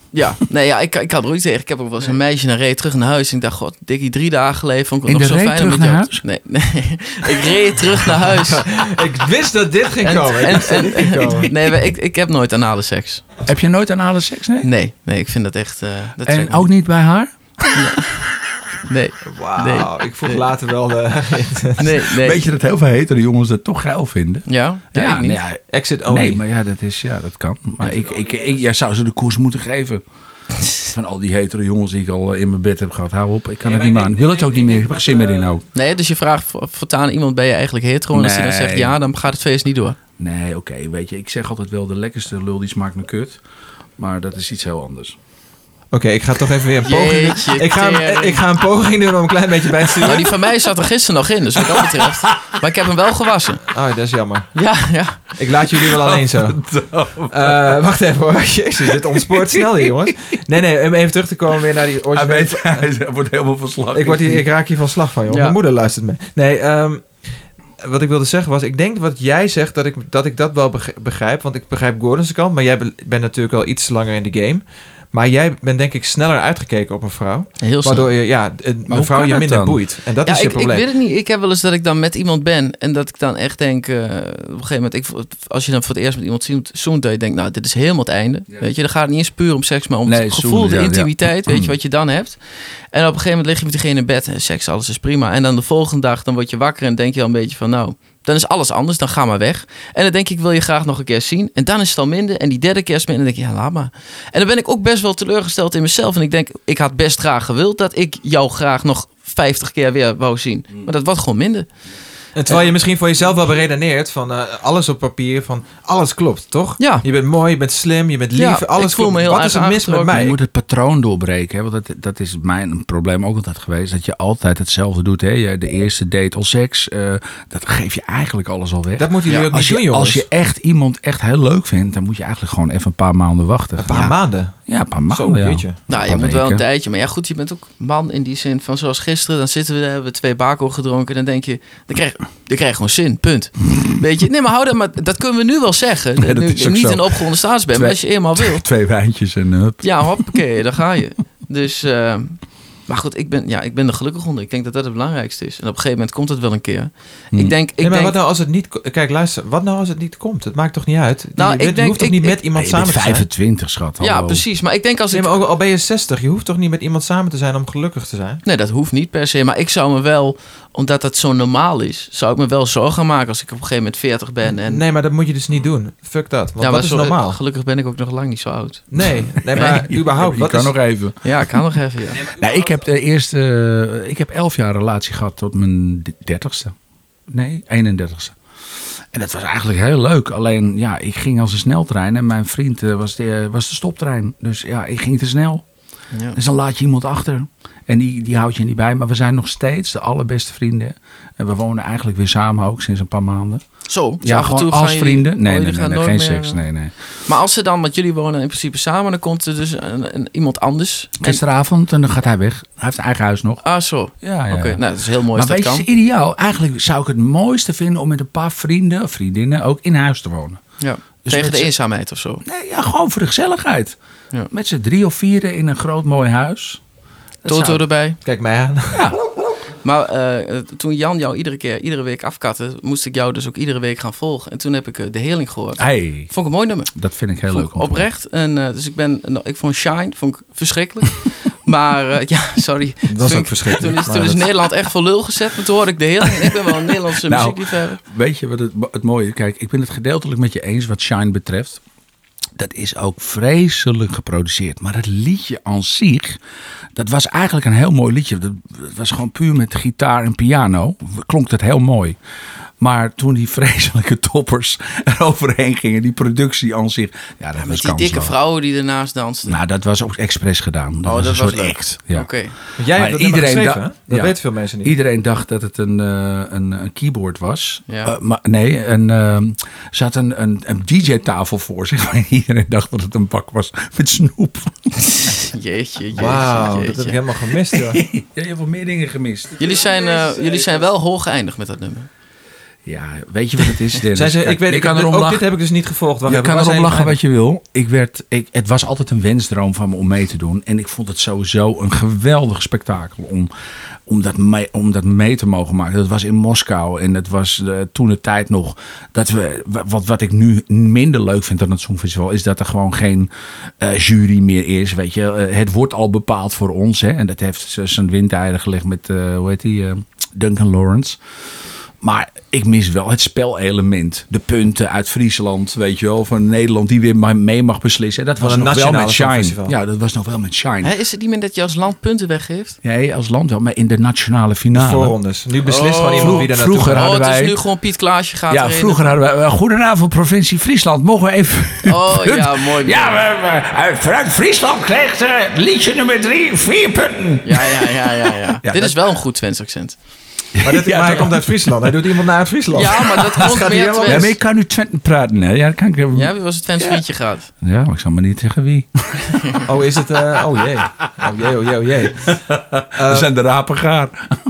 Speaker 3: Ja, nee, ja, ik, ik had er ook tegen. Ik heb ook wel eens een meisje naar reed terug naar huis. En ik dacht, god, dikkie, drie dagen geleden vond ik het
Speaker 2: In
Speaker 3: nog
Speaker 2: de
Speaker 3: zo
Speaker 2: reet
Speaker 3: fijn.
Speaker 2: terug
Speaker 3: om met
Speaker 2: naar
Speaker 3: jou te- Nee, nee, <laughs> ik reed
Speaker 2: <laughs>
Speaker 3: terug naar huis.
Speaker 1: Ik wist dat dit ging
Speaker 3: En-
Speaker 1: komen. Ik
Speaker 3: en-
Speaker 1: wist dat dit
Speaker 3: en-
Speaker 1: ging komen.
Speaker 3: nee, maar ik, ik heb nooit anale seks.
Speaker 2: Heb je nooit anale seks? Nee.
Speaker 3: Nee, nee, ik vind dat echt... eh, dat trekt
Speaker 2: En
Speaker 3: me
Speaker 2: ook niet bij haar?
Speaker 3: niet. <laughs> Nee,
Speaker 1: Wauw, ik vroeg later wel de
Speaker 2: <laughs>
Speaker 3: nee, nee.
Speaker 2: Weet je dat heel veel hetere jongens dat toch geil vinden?
Speaker 3: Ja, <laughs> ja, ik niet.
Speaker 2: nee,
Speaker 1: exit only.
Speaker 2: nee, maar ja, dat, is, ja, dat kan. Maar ik, ik, ik, jij zou ze de koers moeten
Speaker 1: <laughs>
Speaker 2: geven. Van al die hetere jongens die ik al eh, in mijn bed heb gehad. Hou op, ik kan het niet meer aan. Ik wil het ook niet meer. Ik heb er geen zin meer
Speaker 1: eh,
Speaker 2: in ook.
Speaker 3: Nee, dus je vraagt vo- voortaan iemand, ben je eigenlijk hetero? En als hij dan
Speaker 2: Nee.
Speaker 3: zegt ja, dan gaat het feest niet door.
Speaker 2: Nee, oké, weet je. Ik zeg altijd wel, de lekkerste lul die smaakt naar kut. Maar dat is iets heel anders.
Speaker 1: Oké, ik ga toch even weer een poging
Speaker 3: Jeetje,
Speaker 1: doen. Ik ga,
Speaker 3: tering.
Speaker 1: ik ga een poging doen om een klein beetje bij te sturen.
Speaker 3: Nou, die van mij zat er gisteren nog in, dus wat dat betreft. Maar ik heb hem wel gewassen.
Speaker 1: Oh, dat is jammer.
Speaker 3: Ja, ja.
Speaker 1: Ik laat jullie wel alleen <laughs> zo. Eh, wacht even hoor. <laughs> Jezus, dit ontspoort snel hier, jongens. Nee, nee, om even terug te komen weer naar die originele...
Speaker 2: <laughs> hij wordt helemaal verslag.
Speaker 1: Ik, word hier, ik raak hier van slag van, joh.
Speaker 3: Ja.
Speaker 1: Mijn moeder luistert mee. Nee, ehm, wat ik wilde zeggen was... Ik denk wat jij zegt, dat ik dat, ik dat wel beg- begrijp. Want ik begrijp Gordon's kant. Maar jij be- bent natuurlijk al iets langer in de game. Maar jij bent denk ik sneller uitgekeken op een vrouw.
Speaker 3: Heel snel.
Speaker 1: Waardoor je, ja, een
Speaker 2: hoe
Speaker 1: vrouw
Speaker 2: kan
Speaker 1: je
Speaker 2: dat
Speaker 1: minder
Speaker 2: dan?
Speaker 1: boeit. En dat
Speaker 3: ja,
Speaker 1: is je
Speaker 3: ik, ik
Speaker 1: probleem.
Speaker 3: weet het niet. Ik heb wel eens dat ik dan met iemand ben en dat ik dan echt denk, eh, op een gegeven moment, ik, als je dan voor het eerst met iemand zoent, zoent, dat je denkt, nou, dit is helemaal het einde. Weet je, dan gaat het niet eens puur om seks, maar om
Speaker 2: Nee,
Speaker 3: het gevoel,
Speaker 2: zoenen,
Speaker 3: de
Speaker 2: ja, Mm. ja.
Speaker 3: intimiteit, weet je, wat je dan hebt. En op een gegeven moment lig je met diegene in bed en seks, alles is prima. En dan de volgende dag, dan word je wakker en denk je al een beetje van, nou, dan is alles anders, dan ga maar weg. En dan denk ik, ik wil je graag nog een keer zien. En dan is het al minder. En die derde keer is het minder. En dan denk ik, ja, laat maar. En dan ben ik ook best wel teleurgesteld in mezelf. En ik denk, ik had best graag gewild dat ik jou graag nog 50 keer weer wou zien.
Speaker 2: Mm.
Speaker 3: Maar dat wordt gewoon minder.
Speaker 1: En terwijl je misschien voor jezelf wel beredeneert van eh, alles op papier, van alles klopt, toch?
Speaker 3: Ja.
Speaker 1: Je bent mooi, je bent slim, je bent lief,
Speaker 3: Ja,
Speaker 1: alles
Speaker 3: ik voel
Speaker 1: klopt.
Speaker 3: me heel
Speaker 1: Wat is er
Speaker 3: erg
Speaker 1: mis met
Speaker 3: aangetrokken.
Speaker 2: Je
Speaker 1: mij?
Speaker 2: moet het patroon doorbreken. Hè? Want dat, dat is mijn probleem ook altijd geweest. Dat je altijd hetzelfde doet. Hè? Je- De eerste date al seks. eh, dat geef je eigenlijk alles al weg.
Speaker 1: Dat moeten jullie
Speaker 2: Ja,
Speaker 1: ook niet
Speaker 2: als,
Speaker 1: doen,
Speaker 2: je,
Speaker 1: jongens.
Speaker 2: als je echt iemand echt heel leuk vindt, dan moet je eigenlijk gewoon even een paar maanden wachten.
Speaker 1: Een paar
Speaker 2: ja.
Speaker 1: maanden.
Speaker 2: Ja, een paar
Speaker 1: Zo,
Speaker 2: maanden. ja.
Speaker 1: jeetje.
Speaker 3: Nou, je
Speaker 2: Een paar
Speaker 3: moet wel een
Speaker 2: weken.
Speaker 3: tijdje. Maar ja, goed, je bent ook man in die zin van zoals gisteren. Dan zitten we, daar, hebben we twee bako gedronken. Dan denk je, dan krijg, dan krijg je gewoon
Speaker 2: <laughs>
Speaker 3: zin. Punt. Weet je? Nee, maar hou dat maar. Dat kunnen we nu wel zeggen.
Speaker 2: Nee, dat
Speaker 3: nu,
Speaker 2: is ook
Speaker 3: niet
Speaker 2: zo.
Speaker 3: in opgewonden status bent,
Speaker 2: Twee-
Speaker 3: maar als je eenmaal wilt.
Speaker 2: Twee wijntjes en hup.
Speaker 3: Ja, hoppakee, daar ga je. Dus eh, Maar goed, ik ben, ja, ik ben er gelukkig onder. Ik denk dat dat het belangrijkste is. En op een gegeven moment komt het wel een keer.
Speaker 2: Hmm.
Speaker 3: Ik denk, ik
Speaker 1: nee, maar
Speaker 3: denk,
Speaker 1: wat nou als het niet... ko- Kijk, luister. Wat nou als het niet komt? Het maakt toch niet uit? Je
Speaker 3: Nou, ik
Speaker 1: bent- je
Speaker 3: denk-
Speaker 1: hoeft toch
Speaker 3: ik-
Speaker 1: niet
Speaker 3: ik-
Speaker 1: met iemand
Speaker 2: je
Speaker 1: samen
Speaker 2: bent
Speaker 1: te zijn?
Speaker 2: 25, schat.
Speaker 3: ja,
Speaker 2: hallo.
Speaker 3: precies. Maar ik denk als ik...
Speaker 1: Nee, maar ook al ben je 60. Je hoeft toch niet met iemand samen te zijn om gelukkig te zijn?
Speaker 3: Nee, dat hoeft niet per se. Maar ik zou me wel, omdat dat zo normaal is, zou ik me wel zorgen gaan maken als ik op een gegeven moment 40 ben. En,
Speaker 1: Nee, maar dat moet je dus niet doen. Fuck dat. Want
Speaker 3: ja,
Speaker 1: dat is
Speaker 3: sorry,
Speaker 1: normaal.
Speaker 3: Gelukkig ben ik ook nog lang niet zo oud.
Speaker 1: Nee, nee, maar überhaupt.
Speaker 2: <laughs> Je
Speaker 1: Wat
Speaker 2: kan
Speaker 1: is,
Speaker 2: nog even.
Speaker 3: Ja, ik kan nog even. <laughs> Ja.
Speaker 2: Nou, ik heb de eerste. eh, ik heb elf jaar relatie gehad tot mijn d- 30ste. Nee, 31ste. En dat was eigenlijk heel leuk. Alleen, ja, ik ging als een sneltrein en mijn vriend eh, was, de, was de stoptrein. Dus ja, ik ging te snel.
Speaker 3: Ja.
Speaker 2: Dus dan laat je iemand achter. En die, die houd je niet bij. Maar we zijn nog steeds de allerbeste vrienden. En we wonen eigenlijk weer samen ook sinds een paar maanden.
Speaker 3: Zo, dus
Speaker 2: ja,
Speaker 3: af en
Speaker 2: gewoon
Speaker 3: toe gaan
Speaker 2: als
Speaker 3: jullie-
Speaker 2: vrienden.
Speaker 3: oh,
Speaker 2: Nee,
Speaker 3: jullie
Speaker 2: nee, nee,
Speaker 3: gaan
Speaker 2: nee,
Speaker 3: nooit
Speaker 2: geen
Speaker 3: meer,
Speaker 2: seks.
Speaker 3: eh,
Speaker 2: Nee, nee.
Speaker 3: Maar als ze dan, want jullie wonen in principe samen, dan komt er dus een, een- iemand anders. En-
Speaker 2: Gisteravond en dan gaat hij weg. Hij heeft eigen huis nog.
Speaker 3: ah, zo.
Speaker 2: Ja, ja.
Speaker 3: Oké,
Speaker 2: ja.
Speaker 3: nou, dat is heel mooi
Speaker 2: maar
Speaker 3: als dat
Speaker 2: weet je,
Speaker 3: kan.
Speaker 2: het is ideaal. Eigenlijk zou ik het mooiste vinden om met een paar vrienden of vriendinnen ook in huis te wonen.
Speaker 3: Ja.
Speaker 2: Dus
Speaker 3: Tegen de
Speaker 2: mensen-
Speaker 3: eenzaamheid of zo.
Speaker 2: Nee, ja, gewoon voor de gezelligheid.
Speaker 3: Ja.
Speaker 2: Met z'n drie of vieren in een groot mooi huis. Dat
Speaker 3: Toto
Speaker 2: zou-
Speaker 3: erbij.
Speaker 1: kijk mij aan.
Speaker 3: Maar eh, toen Jan jou iedere keer, iedere week afkatte, moest ik jou dus ook iedere week gaan volgen. En toen heb ik eh, De Heerling gehoord.
Speaker 2: Hey,
Speaker 3: Vond ik een mooi nummer.
Speaker 2: dat vind ik heel
Speaker 3: Vond
Speaker 2: leuk.
Speaker 3: ik
Speaker 2: om te horen.
Speaker 3: oprecht. En, eh, dus ik, ben, nou, ik vond Shine vond ik verschrikkelijk. <laughs> maar eh, ja, sorry.
Speaker 1: Dat
Speaker 3: Toen
Speaker 1: was
Speaker 3: ik-
Speaker 1: ook verschrikkelijk.
Speaker 3: Toen is,
Speaker 1: maar
Speaker 3: toen is
Speaker 1: dat-
Speaker 3: Nederland echt voor lul gezet. Maar toen hoorde ik De Heerling. En ik ben wel een Nederlandse
Speaker 2: Nou,
Speaker 3: muziekliefhebber.
Speaker 2: Weet je wat het, het mooie? Kijk, ik ben het gedeeltelijk met je eens wat Shine betreft. Dat is ook vreselijk geproduceerd. Maar het liedje aan zich, dat was eigenlijk een heel mooi liedje. Dat het was gewoon puur met gitaar en piano. Klonk dat heel mooi. Maar toen die <laughs> vreselijke toppers eroverheen gingen, die productie aan zich. Ja, dat was
Speaker 3: Met die dikke
Speaker 2: kansloos.
Speaker 3: vrouwen die ernaast dansten.
Speaker 2: Nou, dat was ook expres gedaan. Dat
Speaker 3: Oh,
Speaker 2: was
Speaker 3: dat
Speaker 2: een
Speaker 3: was
Speaker 2: soort
Speaker 3: leuk.
Speaker 2: act. Ja.
Speaker 3: Oké. <laughs>
Speaker 1: Want Jij
Speaker 2: Maar
Speaker 1: hebt dat nummer
Speaker 2: iedereen
Speaker 1: geschreven,
Speaker 2: da-
Speaker 1: hè? Dat
Speaker 2: ja.
Speaker 1: weten veel mensen niet.
Speaker 2: Iedereen dacht dat het een, eh, een, een keyboard was.
Speaker 3: Ja.
Speaker 2: Eh, maar nee, een, ehm, er zat een, een, een DJ-tafel voor zich. En <laughs> iedereen dacht dat het een bak was met snoep.
Speaker 3: Jeetje, jeetje,
Speaker 1: Wauw, dat
Speaker 3: jeetje.
Speaker 1: heb ik helemaal gemist. joh.
Speaker 2: Ja, je hebt wel meer dingen gemist.
Speaker 3: Jullie zijn, eh, jullie zijn wel hoog geëindigd met dat nummer.
Speaker 2: Ja, weet je wat het
Speaker 1: <laughs>
Speaker 2: is, Dennis?
Speaker 1: Zijn ze,
Speaker 2: Dus Kijk,
Speaker 1: ik weet,
Speaker 2: je
Speaker 1: ik,
Speaker 2: kan
Speaker 1: heb-
Speaker 2: erom
Speaker 1: ook
Speaker 2: lachen.
Speaker 1: dit heb ik dus niet gevolgd. Wacht
Speaker 2: Je
Speaker 1: even, waar
Speaker 2: kan erop
Speaker 1: zijn
Speaker 2: lachen
Speaker 1: we?
Speaker 2: wat je wil. Ik werd, ik, het was altijd een wensdroom van me om mee te doen. En ik vond het sowieso een geweldig spektakel om, om, dat, mee, om dat mee te mogen maken. Dat was in Moskou en dat was eh, toen de tijd nog. Dat we, wat, wat ik nu minder leuk vind dan het Songfestival... is dat er gewoon geen eh, jury meer is. Weet je. Eh, het wordt al bepaald voor ons. Hè? En dat heeft ze zijn windeieren gelegd met, eh, hoe heet die, eh, Duncan Lawrence. Maar ik mis wel het spelelement. De punten uit Friesland, weet je wel, van Nederland die weer maar mee mag beslissen. Dat was
Speaker 1: een
Speaker 2: nog wel
Speaker 1: nationale
Speaker 2: met Shine.
Speaker 1: songfestival.
Speaker 2: Ja, dat was nog wel met Shine.
Speaker 3: Hè, is het niet meer dat je als land punten weggeeft?
Speaker 2: Nee, als land wel, maar in de nationale finale.
Speaker 1: Voorrondes. Nu beslist
Speaker 3: Oh.
Speaker 1: gewoon iemand wie daar naartoe
Speaker 2: Vroeger
Speaker 1: gaat.
Speaker 3: Oh,
Speaker 2: hadden
Speaker 3: het is
Speaker 2: wij-
Speaker 3: nu gewoon Piet Klaasje gaat
Speaker 2: Ja,
Speaker 3: erin.
Speaker 2: vroeger hadden we. eh, Goedenavond, provincie Friesland. Mogen we even. <laughs>
Speaker 3: Oh, ja, mooi.
Speaker 2: Ja, we, we- uit- vanuit Friesland krijgt eh, liedje nummer drie vier punten.
Speaker 3: Ja, ja, ja, ja, ja. Dit is wel een goed Twents accent.
Speaker 1: Maar, dit,
Speaker 2: Ja,
Speaker 1: maar hij
Speaker 2: dat-
Speaker 1: komt uit Friesland. Hij doet iemand naar uit Friesland.
Speaker 3: Ja, maar dat
Speaker 1: Oh. gaat
Speaker 3: komt
Speaker 1: hier
Speaker 3: meer
Speaker 1: helemaal
Speaker 3: Twents.
Speaker 2: Ja, maar ik kan nu Twente praten, hè? Ja, dat kan ik.
Speaker 3: Ja,
Speaker 2: Ja,
Speaker 3: wie was het Twents vriendje gaat?
Speaker 2: maar ik zal maar niet zeggen wie.
Speaker 1: Oh, is het... eh, oh jee. Oh jee, oh jee, oh jee.
Speaker 2: We zijn de rapen gaar.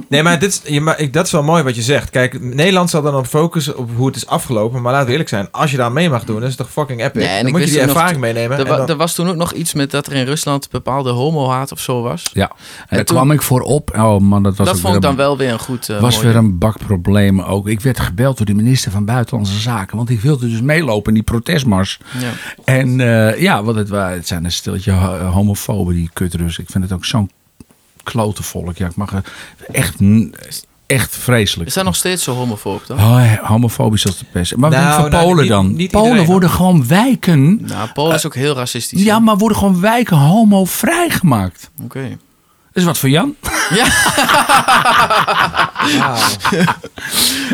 Speaker 1: Nee, maar, dit, is- je, maar ik, dat is wel mooi wat je zegt. Kijk, Nederland zal dan op focussen op hoe het is afgelopen. Maar laten we eerlijk zijn. Als je daar mee mag doen, is het toch fucking epic.
Speaker 3: Nee, en
Speaker 1: dan
Speaker 3: ik
Speaker 1: moet je
Speaker 3: wist
Speaker 1: die
Speaker 3: ook nog-
Speaker 1: ervaring meenemen.
Speaker 3: Er,
Speaker 1: en
Speaker 3: wa-
Speaker 1: dan-
Speaker 3: er was toen ook nog iets met dat er in Rusland bepaalde homo-haat of zo was.
Speaker 2: Ja, en, daar
Speaker 3: toen-
Speaker 2: kwam ik voor op. Oh man, dat was
Speaker 3: dat
Speaker 2: ook
Speaker 3: vond
Speaker 2: weer
Speaker 3: ik dan
Speaker 2: een-
Speaker 3: wel weer een goed... eh,
Speaker 2: was
Speaker 3: mooi
Speaker 2: weer
Speaker 3: ding.
Speaker 2: een bakprobleem ook. Ik werd gebeld door de minister van Buitenlandse Zaken. Want ik wilde dus meelopen in die protestmars.
Speaker 3: Ja.
Speaker 2: En eh, ja, want het, wa- het zijn een stiltje ho- eh, homofoben, die kutrus. Ik vind het ook zo'n klote volk. Ja, ik mag er- echt, n- echt vreselijk.
Speaker 3: Is dat nog steeds zo homofoob dan?
Speaker 2: Oh, ja, homofobisch als de pest. Maar wat
Speaker 1: Nou,
Speaker 2: van
Speaker 1: nou,
Speaker 2: Polen
Speaker 1: niet-
Speaker 2: dan?
Speaker 1: niet
Speaker 2: Polen
Speaker 1: iedereen,
Speaker 2: worden gewoon wijken.
Speaker 3: Nou, Polen is ook heel racistisch.
Speaker 2: Eh, Ja,
Speaker 3: hè?
Speaker 2: maar worden gewoon wijken homovrij gemaakt.
Speaker 3: Oké.
Speaker 2: Dat is wat voor Jan. Nee,
Speaker 3: Oh.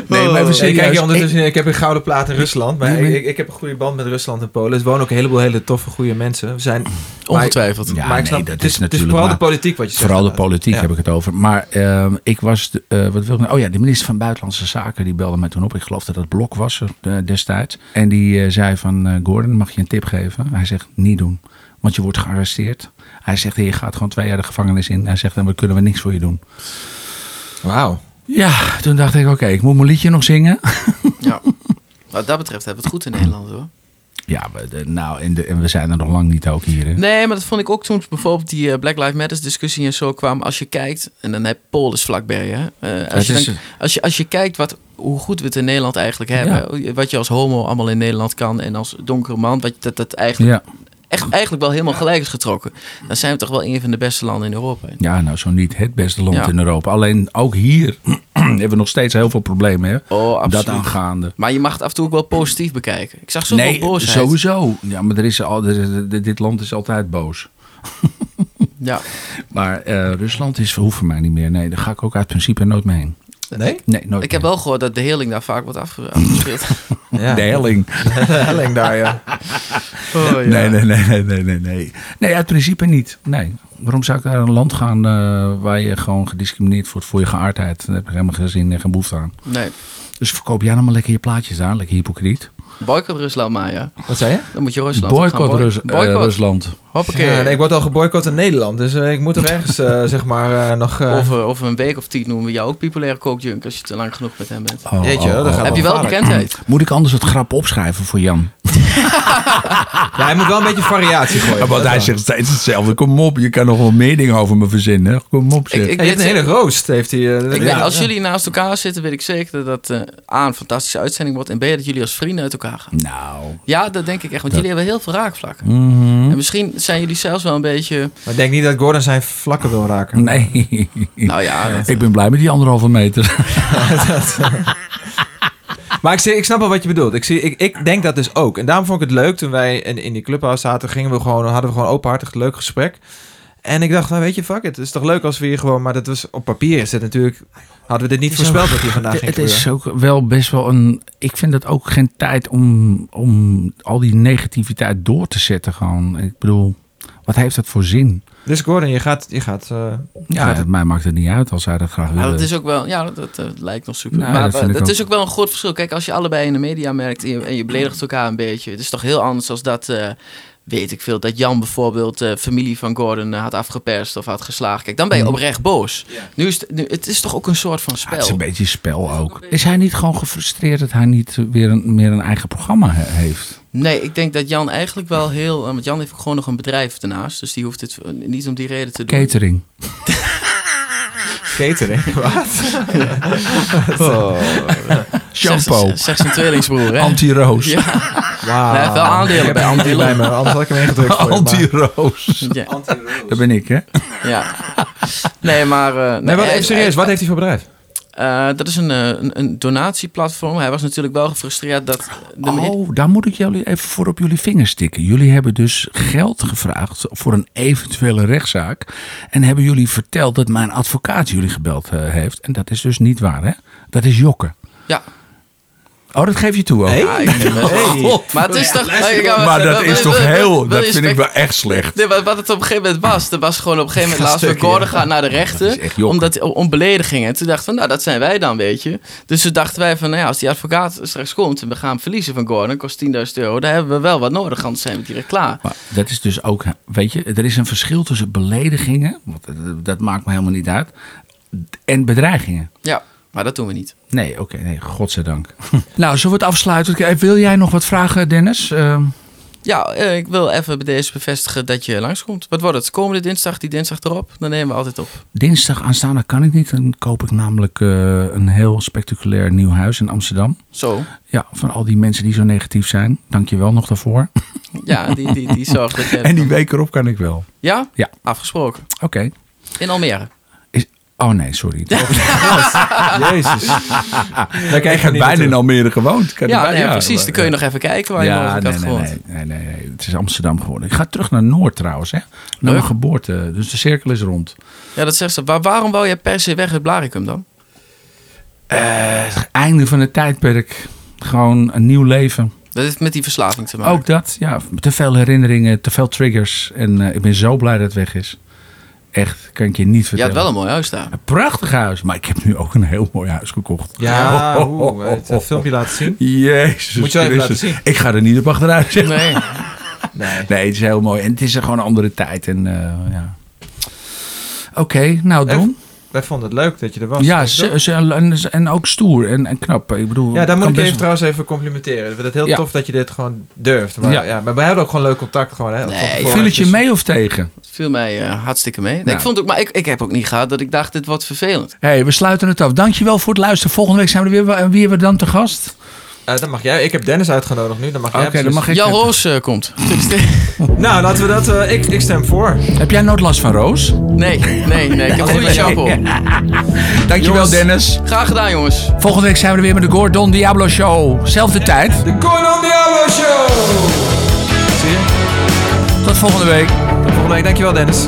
Speaker 2: maar even
Speaker 1: Nee, kijk,
Speaker 2: serieus.
Speaker 1: hier ondertussen, ik, heb een gouden plaat in Rusland. Maar ik, ik, ik heb een goede band met Rusland en Polen. Er wonen ook een heleboel hele toffe, goede mensen. We zijn,
Speaker 3: Ongetwijfeld.
Speaker 1: Maar,
Speaker 2: Ja,
Speaker 1: maar ik
Speaker 2: nee,
Speaker 1: snap,
Speaker 2: dat
Speaker 1: het
Speaker 2: is
Speaker 1: is, het is
Speaker 2: natuurlijk
Speaker 1: vooral de
Speaker 2: waar.
Speaker 1: politiek wat je zegt.
Speaker 2: Vooral de
Speaker 1: inderdaad.
Speaker 2: politiek
Speaker 1: Ja.
Speaker 2: heb ik het over. Maar ehm, ik was, de, eh, wat wil ik nou? Oh ja, de minister van Buitenlandse Zaken die belde mij toen op. Ik geloof dat dat Blok was er, eh, destijds. En die eh, zei van, eh, Gordon, mag je een tip geven? Hij zegt, niet doen, want je wordt gearresteerd. Hij zegt, je gaat gewoon twee jaar de gevangenis in. Hij zegt, dan kunnen we niks voor je doen.
Speaker 1: Wauw.
Speaker 2: Ja, toen dacht ik, oké, ik moet mijn liedje nog zingen.
Speaker 3: Ja. Wat dat betreft hebben we het goed in Nederland hoor.
Speaker 2: Ja, we, de- nou, en, de, en we zijn er nog lang niet ook hier. Hè?
Speaker 3: Nee, maar dat vond ik ook toen bijvoorbeeld die eh, Black Lives Matters discussie en zo kwam. Als je kijkt, en dan heb Paul is vlakbij je. hè. Eh, als, je
Speaker 2: Het is
Speaker 3: dan- als, je, als je kijkt wat, hoe goed we het in Nederland eigenlijk hebben. eh, Wat je als homo allemaal in Nederland kan. En als donkere man, wat, dat dat eigenlijk,
Speaker 2: Ja.
Speaker 3: echt, eigenlijk wel helemaal gelijk is getrokken. Dan zijn we toch wel een van de beste landen in Europa.
Speaker 2: ja, nou zo niet het beste land
Speaker 3: Ja.
Speaker 2: in Europa. Alleen ook hier <clears throat> hebben we nog steeds heel veel problemen. Hè?
Speaker 3: Oh, absoluut.
Speaker 2: Dat aangaande.
Speaker 3: Maar je mag het af en toe ook wel positief bekijken. Ik zag zoveel
Speaker 2: Nee,
Speaker 3: boosheid.
Speaker 2: sowieso. Ja, maar er is al, er is- dit land is altijd boos.
Speaker 3: Ja.
Speaker 2: Maar eh, Rusland is, hoeft voor mij niet meer. Nee, daar ga ik ook uit principe nooit mee heen.
Speaker 1: Nee?
Speaker 2: Nee, nooit
Speaker 3: Ik heb
Speaker 2: meer.
Speaker 3: wel gehoord dat de heling daar vaak wordt afge-
Speaker 2: <laughs>
Speaker 3: afgespeeld.
Speaker 1: Ja.
Speaker 2: De helling.
Speaker 1: <laughs> De helling daar, ja.
Speaker 2: Oh, Nee, nee, nee, nee, nee, nee, nee. Nee, uit principe niet. Nee. Waarom zou ik naar een land gaan eh, waar je gewoon gediscrimineerd wordt voor je geaardheid? Daar heb ik helemaal geen zin en geen behoefte aan.
Speaker 3: Nee.
Speaker 2: Dus verkoop jij nou maar lekker je plaatjes daar, lekker hypocriet.
Speaker 3: Boycott Rusland maar, ja.
Speaker 1: Wat zei je?
Speaker 3: Dan moet je Rusland gaan
Speaker 2: Boycott
Speaker 3: boy-
Speaker 2: Rus- eh,
Speaker 3: boycott.
Speaker 2: Rusland.
Speaker 3: Hoppakee.
Speaker 1: Ja, nee, ik word al geboycott in Nederland, dus eh, ik moet toch ergens, eh, <laughs> zeg maar, eh, nog... eh,
Speaker 3: Over, over een week of tien noemen we jou ook populaire kookjunk als je te lang genoeg met hem bent.
Speaker 2: Oh,
Speaker 1: Jeetje, dat gaat
Speaker 3: Heb je wel bekendheid?
Speaker 2: Moet ik anders het grap opschrijven voor Jan?
Speaker 1: Ja, hij moet wel een beetje
Speaker 2: <laughs>
Speaker 1: variatie gooien.
Speaker 2: Ja, want
Speaker 1: Dat
Speaker 2: hij
Speaker 1: wel.
Speaker 2: zegt steeds hetzelfde. Kom op, je kan nog wel meer dingen over me verzinnen. hè. Kom op, zeg.
Speaker 3: Ik, ik
Speaker 1: Hij
Speaker 3: weet
Speaker 1: heeft een hele roost, heeft hij. eh,
Speaker 3: ik
Speaker 1: ja,
Speaker 3: weet, als
Speaker 1: ja.
Speaker 3: jullie naast elkaar zitten, weet ik zeker dat eh A, een fantastische uitzending wordt. En B, dat jullie als vrienden uit elkaar gaan.
Speaker 2: Nou,
Speaker 3: Ja, dat denk ik echt. Want jullie hebben heel veel raakvlakken.
Speaker 2: Mhm.
Speaker 3: En misschien zijn jullie zelfs wel een beetje...
Speaker 1: Maar ik denk niet dat Gordon zijn vlakken wil raken.
Speaker 2: nee.
Speaker 3: Nou ja, dat-
Speaker 2: Ik ben blij met die anderhalve meter.
Speaker 1: Maar ik, zie- ik snap wel wat je bedoelt. Ik, zie, ik, ik denk dat dus ook. En daarom vond ik het leuk toen wij in, in die clubhouse zaten. Gingen we gewoon, hadden we gewoon openhartig een leuk gesprek. En ik dacht, nou weet je, fuck it. Het is toch leuk als we hier gewoon... Maar dat was, op papier is dit natuurlijk... Hadden we dit niet
Speaker 2: is
Speaker 1: voorspeld dat hier vandaag ging
Speaker 2: Het
Speaker 1: gebeuren.
Speaker 2: is ook wel best wel een. Ik vind dat ook geen tijd om, om al die negativiteit door te zetten. Gewoon. Ik bedoel, wat heeft dat voor zin?
Speaker 1: Dus Gordon, je gaat... Je gaat eh,
Speaker 2: Ja, het, mij maakt het niet uit als zij dat graag
Speaker 3: Maar
Speaker 2: willen.
Speaker 3: dat is ook wel, ja, dat, dat, eh, lijkt nog super.
Speaker 2: Nou,
Speaker 3: maar
Speaker 2: dat
Speaker 3: dat,
Speaker 2: vind ik ook.
Speaker 3: is ook wel een groot verschil. Kijk, als je allebei in de media merkt en je, en je beledigt elkaar een beetje, het is toch heel anders als dat, eh, weet ik veel, dat Jan bijvoorbeeld eh, familie van Gordon eh, had afgeperst of had geslagen. Kijk, dan ben je oprecht boos. Nu is het, nu, het is toch ook een soort van
Speaker 2: Ja, Ah, het is een
Speaker 3: spel.
Speaker 2: beetje spel ook. Is hij niet gewoon gefrustreerd dat hij niet weer een, meer een eigen programma he- heeft?
Speaker 3: Nee, ik denk dat Jan eigenlijk wel heel, eh, want Jan heeft ook gewoon nog een bedrijf daarnaast, dus die hoeft het eh, niet om die reden te doen.
Speaker 2: Catering.
Speaker 1: catering. Wat?
Speaker 2: Shampoo.
Speaker 3: Zeg- Zeg zijn tweelingsbroer, hè?
Speaker 2: Anti-roos.
Speaker 3: Ja,
Speaker 1: Wauw.
Speaker 3: Hij heeft wel aandelen
Speaker 1: Ik heb
Speaker 3: bij
Speaker 1: hem niet
Speaker 3: Antillen.
Speaker 1: bij me, anders had ik hem ingedrukt voor je, maar-
Speaker 2: <laughs> Anti-roos.
Speaker 3: ja,
Speaker 2: Dat ben ik, hè?
Speaker 3: ja. Nee, maar... eh,
Speaker 1: Nee, maar
Speaker 3: hij-
Speaker 1: even serieus. Wat heeft hij voor
Speaker 3: <laughs>
Speaker 1: bedrijf?
Speaker 3: Eh, dat is een, eh, een, een donatieplatform. Hij was natuurlijk wel gefrustreerd dat... De
Speaker 2: Oh, daar moet ik jullie even voor op jullie vingers stikken. Jullie hebben dus geld gevraagd voor een eventuele rechtszaak. En hebben jullie verteld dat mijn advocaat jullie gebeld eh, heeft. En dat is dus niet waar, hè? Dat is jokken.
Speaker 3: Ja.
Speaker 2: Oh, dat geef je toe ook.
Speaker 3: Ja, ik vind het- Oh, Maar het is toch... ik ga-
Speaker 2: Maar dat
Speaker 3: wil-
Speaker 2: is
Speaker 3: wil-
Speaker 2: toch
Speaker 3: wil-
Speaker 2: heel...
Speaker 3: wil
Speaker 2: Dat
Speaker 3: je
Speaker 2: vind ik
Speaker 3: spek-
Speaker 2: wel echt slecht.
Speaker 3: Nee, wat, wat het op een gegeven moment was, dat was gewoon op een gegeven moment laatst
Speaker 1: stukje,
Speaker 3: Gordon gaat naar de rechter
Speaker 2: is echt jokken.
Speaker 3: omdat, om beledigingen. En toen dachten we, nou dat zijn wij dan, weet je. Dus toen dachten wij van, nou ja, als die advocaat straks komt en we gaan hem verliezen van Gordon, kost 10.000 euro, daar hebben we wel wat nodig, anders zijn we direct klaar.
Speaker 2: Maar dat is dus ook, weet je, er is een verschil tussen beledigingen, want dat- dat maakt me helemaal niet uit, en bedreigingen.
Speaker 3: Ja, maar dat doen we niet.
Speaker 2: Nee, oké, nee, godzijdank. <laughs> nou, zullen we het afsluiten? Eh, Wil jij nog wat vragen, Dennis? Ehm,
Speaker 3: Ja, eh, ik wil even bij deze bevestigen dat je langskomt. Wat wordt het? Komende dinsdag, die dinsdag erop, dan nemen we altijd op.
Speaker 2: dinsdag aanstaande kan ik niet, dan koop ik namelijk eh, een heel spectaculair nieuw huis in Amsterdam.
Speaker 3: Zo.
Speaker 2: Ja, van al die mensen die zo negatief zijn. Dank je wel nog <laughs> daarvoor.
Speaker 3: Ja, die, die, die zorgt dat jij...
Speaker 2: en die week erop kan ik wel.
Speaker 3: Ja?
Speaker 2: Ja. Eh,
Speaker 3: Afgesproken.
Speaker 2: Oké.
Speaker 3: In Almere.
Speaker 2: Is- Oh nee, <laughs> sorry.
Speaker 1: Jezus. Daar
Speaker 2: Ik
Speaker 1: kijk je niet
Speaker 2: heb bijna
Speaker 1: naartoe.
Speaker 2: in Almere gewoond. Ik had
Speaker 3: Ja,
Speaker 2: er bijna- eh,
Speaker 3: nee, precies. Dan kun je nog even kijken waar je
Speaker 2: ja,
Speaker 3: mogelijk
Speaker 2: nee,
Speaker 3: had
Speaker 2: nee,
Speaker 3: gewoond.
Speaker 2: nee, nee, nee, nee. Het is Amsterdam geworden. Ik ga terug naar Noord trouwens, hè. Naar
Speaker 3: Leuk.
Speaker 2: mijn geboorte. Dus de cirkel is rond.
Speaker 3: Ja, dat zegt ze. Waar- waarom wou je per se weg uit Blaricum dan?
Speaker 2: Het einde van het tijdperk. Gewoon een nieuw leven.
Speaker 3: Dat heeft met die verslaving te maken.
Speaker 2: Ook dat, ja. Te veel herinneringen, te veel triggers. En eh, ik ben zo blij dat het weg is. Echt, kan ik je niet
Speaker 3: je
Speaker 2: vertellen.
Speaker 3: had wel een mooi huis daar. <laughs>
Speaker 2: Een prachtig huis. Maar ik heb nu ook een heel mooi huis gekocht. <laughs>
Speaker 3: <laughs>
Speaker 1: Ja, oeh, het het filmpje laten zien.
Speaker 2: Jezus
Speaker 1: Moet je wel even
Speaker 2: Christus.
Speaker 1: laten zien.
Speaker 2: Ik ga er niet op achteruit, zeg. Nee.
Speaker 3: Nee.
Speaker 1: Nee.
Speaker 2: het is heel mooi. En het is gewoon een andere tijd. En eh, ja... Oké, nou
Speaker 1: Echt?
Speaker 2: Don.
Speaker 1: wij vonden het leuk dat je er was.
Speaker 2: Ja,
Speaker 1: Weet je wel?
Speaker 2: ze- ze- en, en ook stoer en, en knap. Ik bedoel,
Speaker 1: ja daar moet
Speaker 2: kan
Speaker 1: ik je
Speaker 2: best
Speaker 1: even, trouwens even complimenteren. Ik vind het heel
Speaker 2: Ja.
Speaker 1: tof dat je dit gewoon durft. Maar, ja.
Speaker 2: Ja.
Speaker 1: maar wij hadden ook gewoon leuk contact. Gewoon, hè, van
Speaker 3: Nee,
Speaker 1: tevoren.
Speaker 2: wel. Viel het je
Speaker 1: Dus-
Speaker 2: mee of tegen?
Speaker 3: Het viel mij eh, hartstikke mee. Nee,
Speaker 2: Nou.
Speaker 3: ik vond ook, maar ik, ik heb ook niet gehad dat ik dacht, dit wordt vervelend.
Speaker 2: hey, we sluiten het af. Dankjewel voor het luisteren. Volgende week zijn we er weer. En wie hebben we dan te gast?
Speaker 1: Eh, dan mag jij. Ik heb Dennis uitgenodigd nu. Dan mag jij.
Speaker 2: Oké, dan
Speaker 1: precies.
Speaker 2: mag ik-
Speaker 3: Jan Roos eh,
Speaker 2: <laughs>
Speaker 3: komt.
Speaker 1: Nou, laten we dat. eh, ik, ik stem voor.
Speaker 2: Heb jij nooit last van Roos?
Speaker 3: nee, nee, nee. Ik heb een goede chapeau.
Speaker 2: <laughs> Dankjewel,
Speaker 3: Jongens.
Speaker 2: Dennis.
Speaker 3: Graag gedaan, jongens.
Speaker 2: Volgende week zijn we er weer met de Gordon Diablo Show. Zelfde tijd.
Speaker 1: De Conan Diablo Show! Zie je?
Speaker 2: Tot volgende week.
Speaker 1: Tot volgende week. Dankjewel, Dennis.